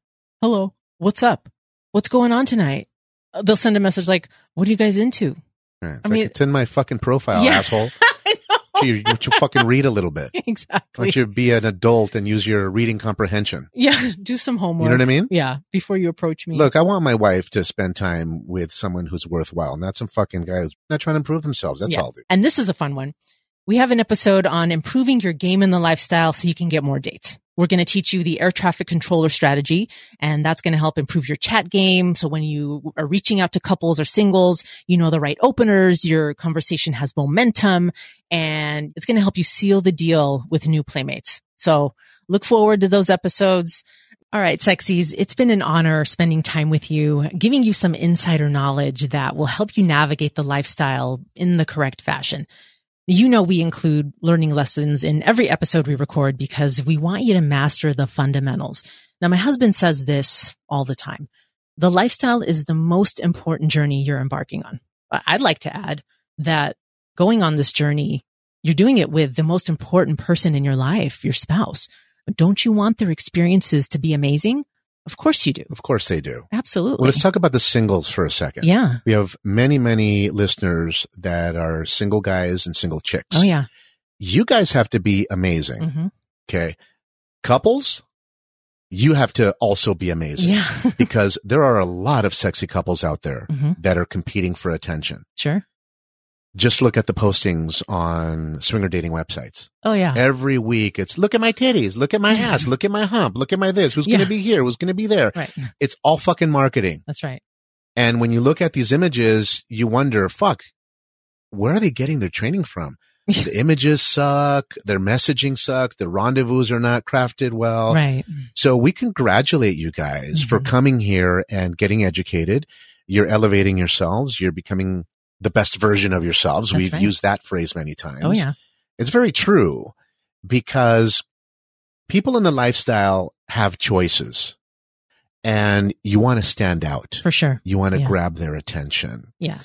S1: Hello. What's up? What's going on tonight? Uh, They'll send a message like, what are you guys into?
S2: Right. It's,
S1: I
S2: like,
S1: mean-
S2: it's in my fucking profile,
S1: Yeah.
S2: asshole.
S1: I know.
S2: Gee, why don't you fucking read a little bit? Why
S1: exactly.
S2: don't you be an adult and use your reading comprehension?
S1: yeah. Do some
S2: You
S1: homework.
S2: know what I mean?
S1: Yeah. Before you approach me.
S2: Look, I want my wife to spend time with someone who's worthwhile, not some fucking guy who's not trying to improve themselves. That's
S1: Yeah.
S2: all, dude.
S1: And this is a fun one. We have an episode on improving your game and the lifestyle so you can get more dates. We're going to teach you the air traffic controller strategy, and that's going to help improve your chat game. So when you are reaching out to couples or singles, you know the right openers, your conversation has momentum, and it's going to help you seal the deal with new playmates. So look forward to those episodes. All right, sexies, it's been an honor spending time with you, giving you some insider knowledge that will help you navigate the lifestyle in the correct fashion. You know, we include learning lessons in every episode we record because we want you to master the fundamentals. Now, my husband says this all the time. The lifestyle is the most important journey you're embarking on. I- I'd like to add that going on this journey, you're doing it with the most important person in your life, your spouse. Don't you want their experiences to be amazing? Of course you do.
S2: Of course they do.
S1: Absolutely.
S2: Well, let's talk about the singles for a second.
S1: yeah.
S2: We have many, many listeners that are single guys and single chicks.
S1: Oh, yeah.
S2: You guys have to be amazing.
S1: hmm
S2: Okay. Couples, you have to also be amazing
S1: Yeah.
S2: because there are a lot of sexy couples out there
S1: hmm
S2: that are competing for attention.
S1: Sure.
S2: Just look at the postings on swinger dating websites.
S1: Oh, yeah.
S2: Every week it's look at my titties, look at my ass, look at my hump, look at my this, who's
S1: Yeah.
S2: gonna be here, who's gonna be there.
S1: Right.
S2: It's all fucking marketing.
S1: That's right.
S2: And when you look at these images, you wonder, fuck, where are they getting their training from? The images suck, their messaging sucks, their rendezvous are not crafted well.
S1: Right.
S2: So we congratulate you guys for
S1: Mhm.
S2: coming here and getting educated. You're elevating yourselves, you're becoming the best version of yourselves.
S1: That's
S2: We've
S1: right.
S2: used that phrase many times.
S1: Oh, yeah.
S2: It's very true because people in the lifestyle have choices and you want to stand out.
S1: For sure.
S2: You want to
S1: Yeah.
S2: grab their attention.
S1: Yeah.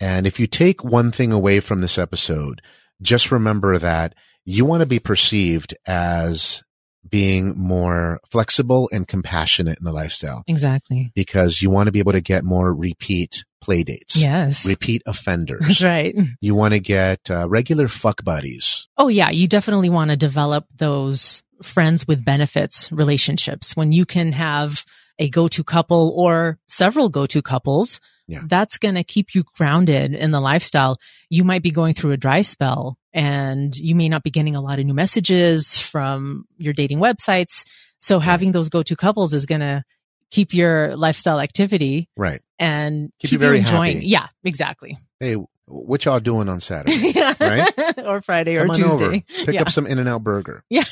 S2: And if you take one thing away from this episode, just remember that you want to be perceived as being more flexible and compassionate in the lifestyle
S1: Exactly.
S2: because you want to be able to get more repeat play dates,
S1: Yes.
S2: repeat offenders.
S1: That's right.
S2: You want to get uh, regular fuck buddies.
S1: Oh, yeah. You definitely want to develop those friends with benefits relationships when you can have a go to couple or several go to couples
S2: Yeah.
S1: that's going to keep you grounded in the lifestyle. You might be going through a dry spell and you may not be getting a lot of new messages from your dating websites. So having those go-to couples is going to keep your lifestyle activity
S2: Right.
S1: and
S2: Keep you very
S1: enjoying.
S2: happy.
S1: Yeah, exactly.
S2: Hey, what y'all doing on Saturday?
S1: right? or Friday
S2: Come
S1: or
S2: on over.
S1: Tuesday.
S2: Pick
S1: yeah.
S2: up some In and Out burger,
S1: yeah.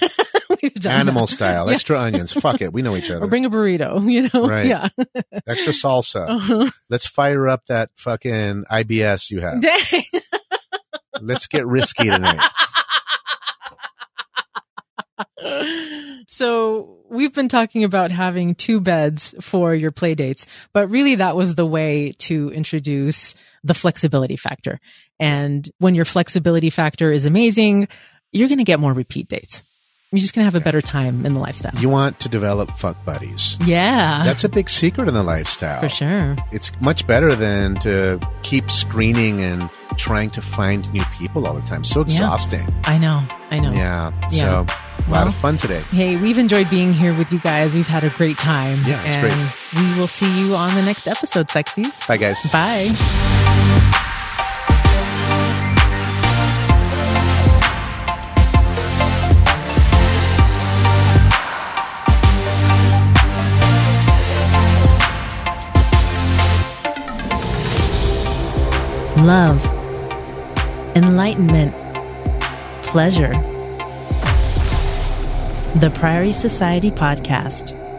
S1: We've done
S2: animal
S1: that.
S2: style,
S1: Yeah.
S2: extra onions. Fuck it. We know each
S1: Or
S2: other.
S1: bring a burrito, you know?
S2: Right. Oh,
S1: Yeah.
S2: extra salsa.
S1: Uh-huh.
S2: Let's fire up that fucking IBS you have.
S1: Dang.
S2: Let's get risky tonight.
S1: so we've been talking about having two beds for your play dates, but really that was the way to introduce the flexibility factor. And when your flexibility factor is amazing, you're going to get more repeat dates. You're just going to have a better time in the lifestyle.
S2: You want to develop fuck buddies.
S1: yeah,
S2: That's a big secret in the lifestyle.
S1: for sure.
S2: It's much better than to keep screening and trying to find new people all the time. So exhausting.
S1: I know. I know.
S2: Yeah. So,
S1: Yeah.
S2: a lot
S1: Well-
S2: of fun today.
S1: Hey, we've enjoyed being here with you guys. We've had a great time.
S2: Yeah, it's great.
S1: and we will see you on the next episode, Sexies.
S2: Bye, guys.
S1: Bye. Love, enlightenment, pleasure. The Priory Society Podcast.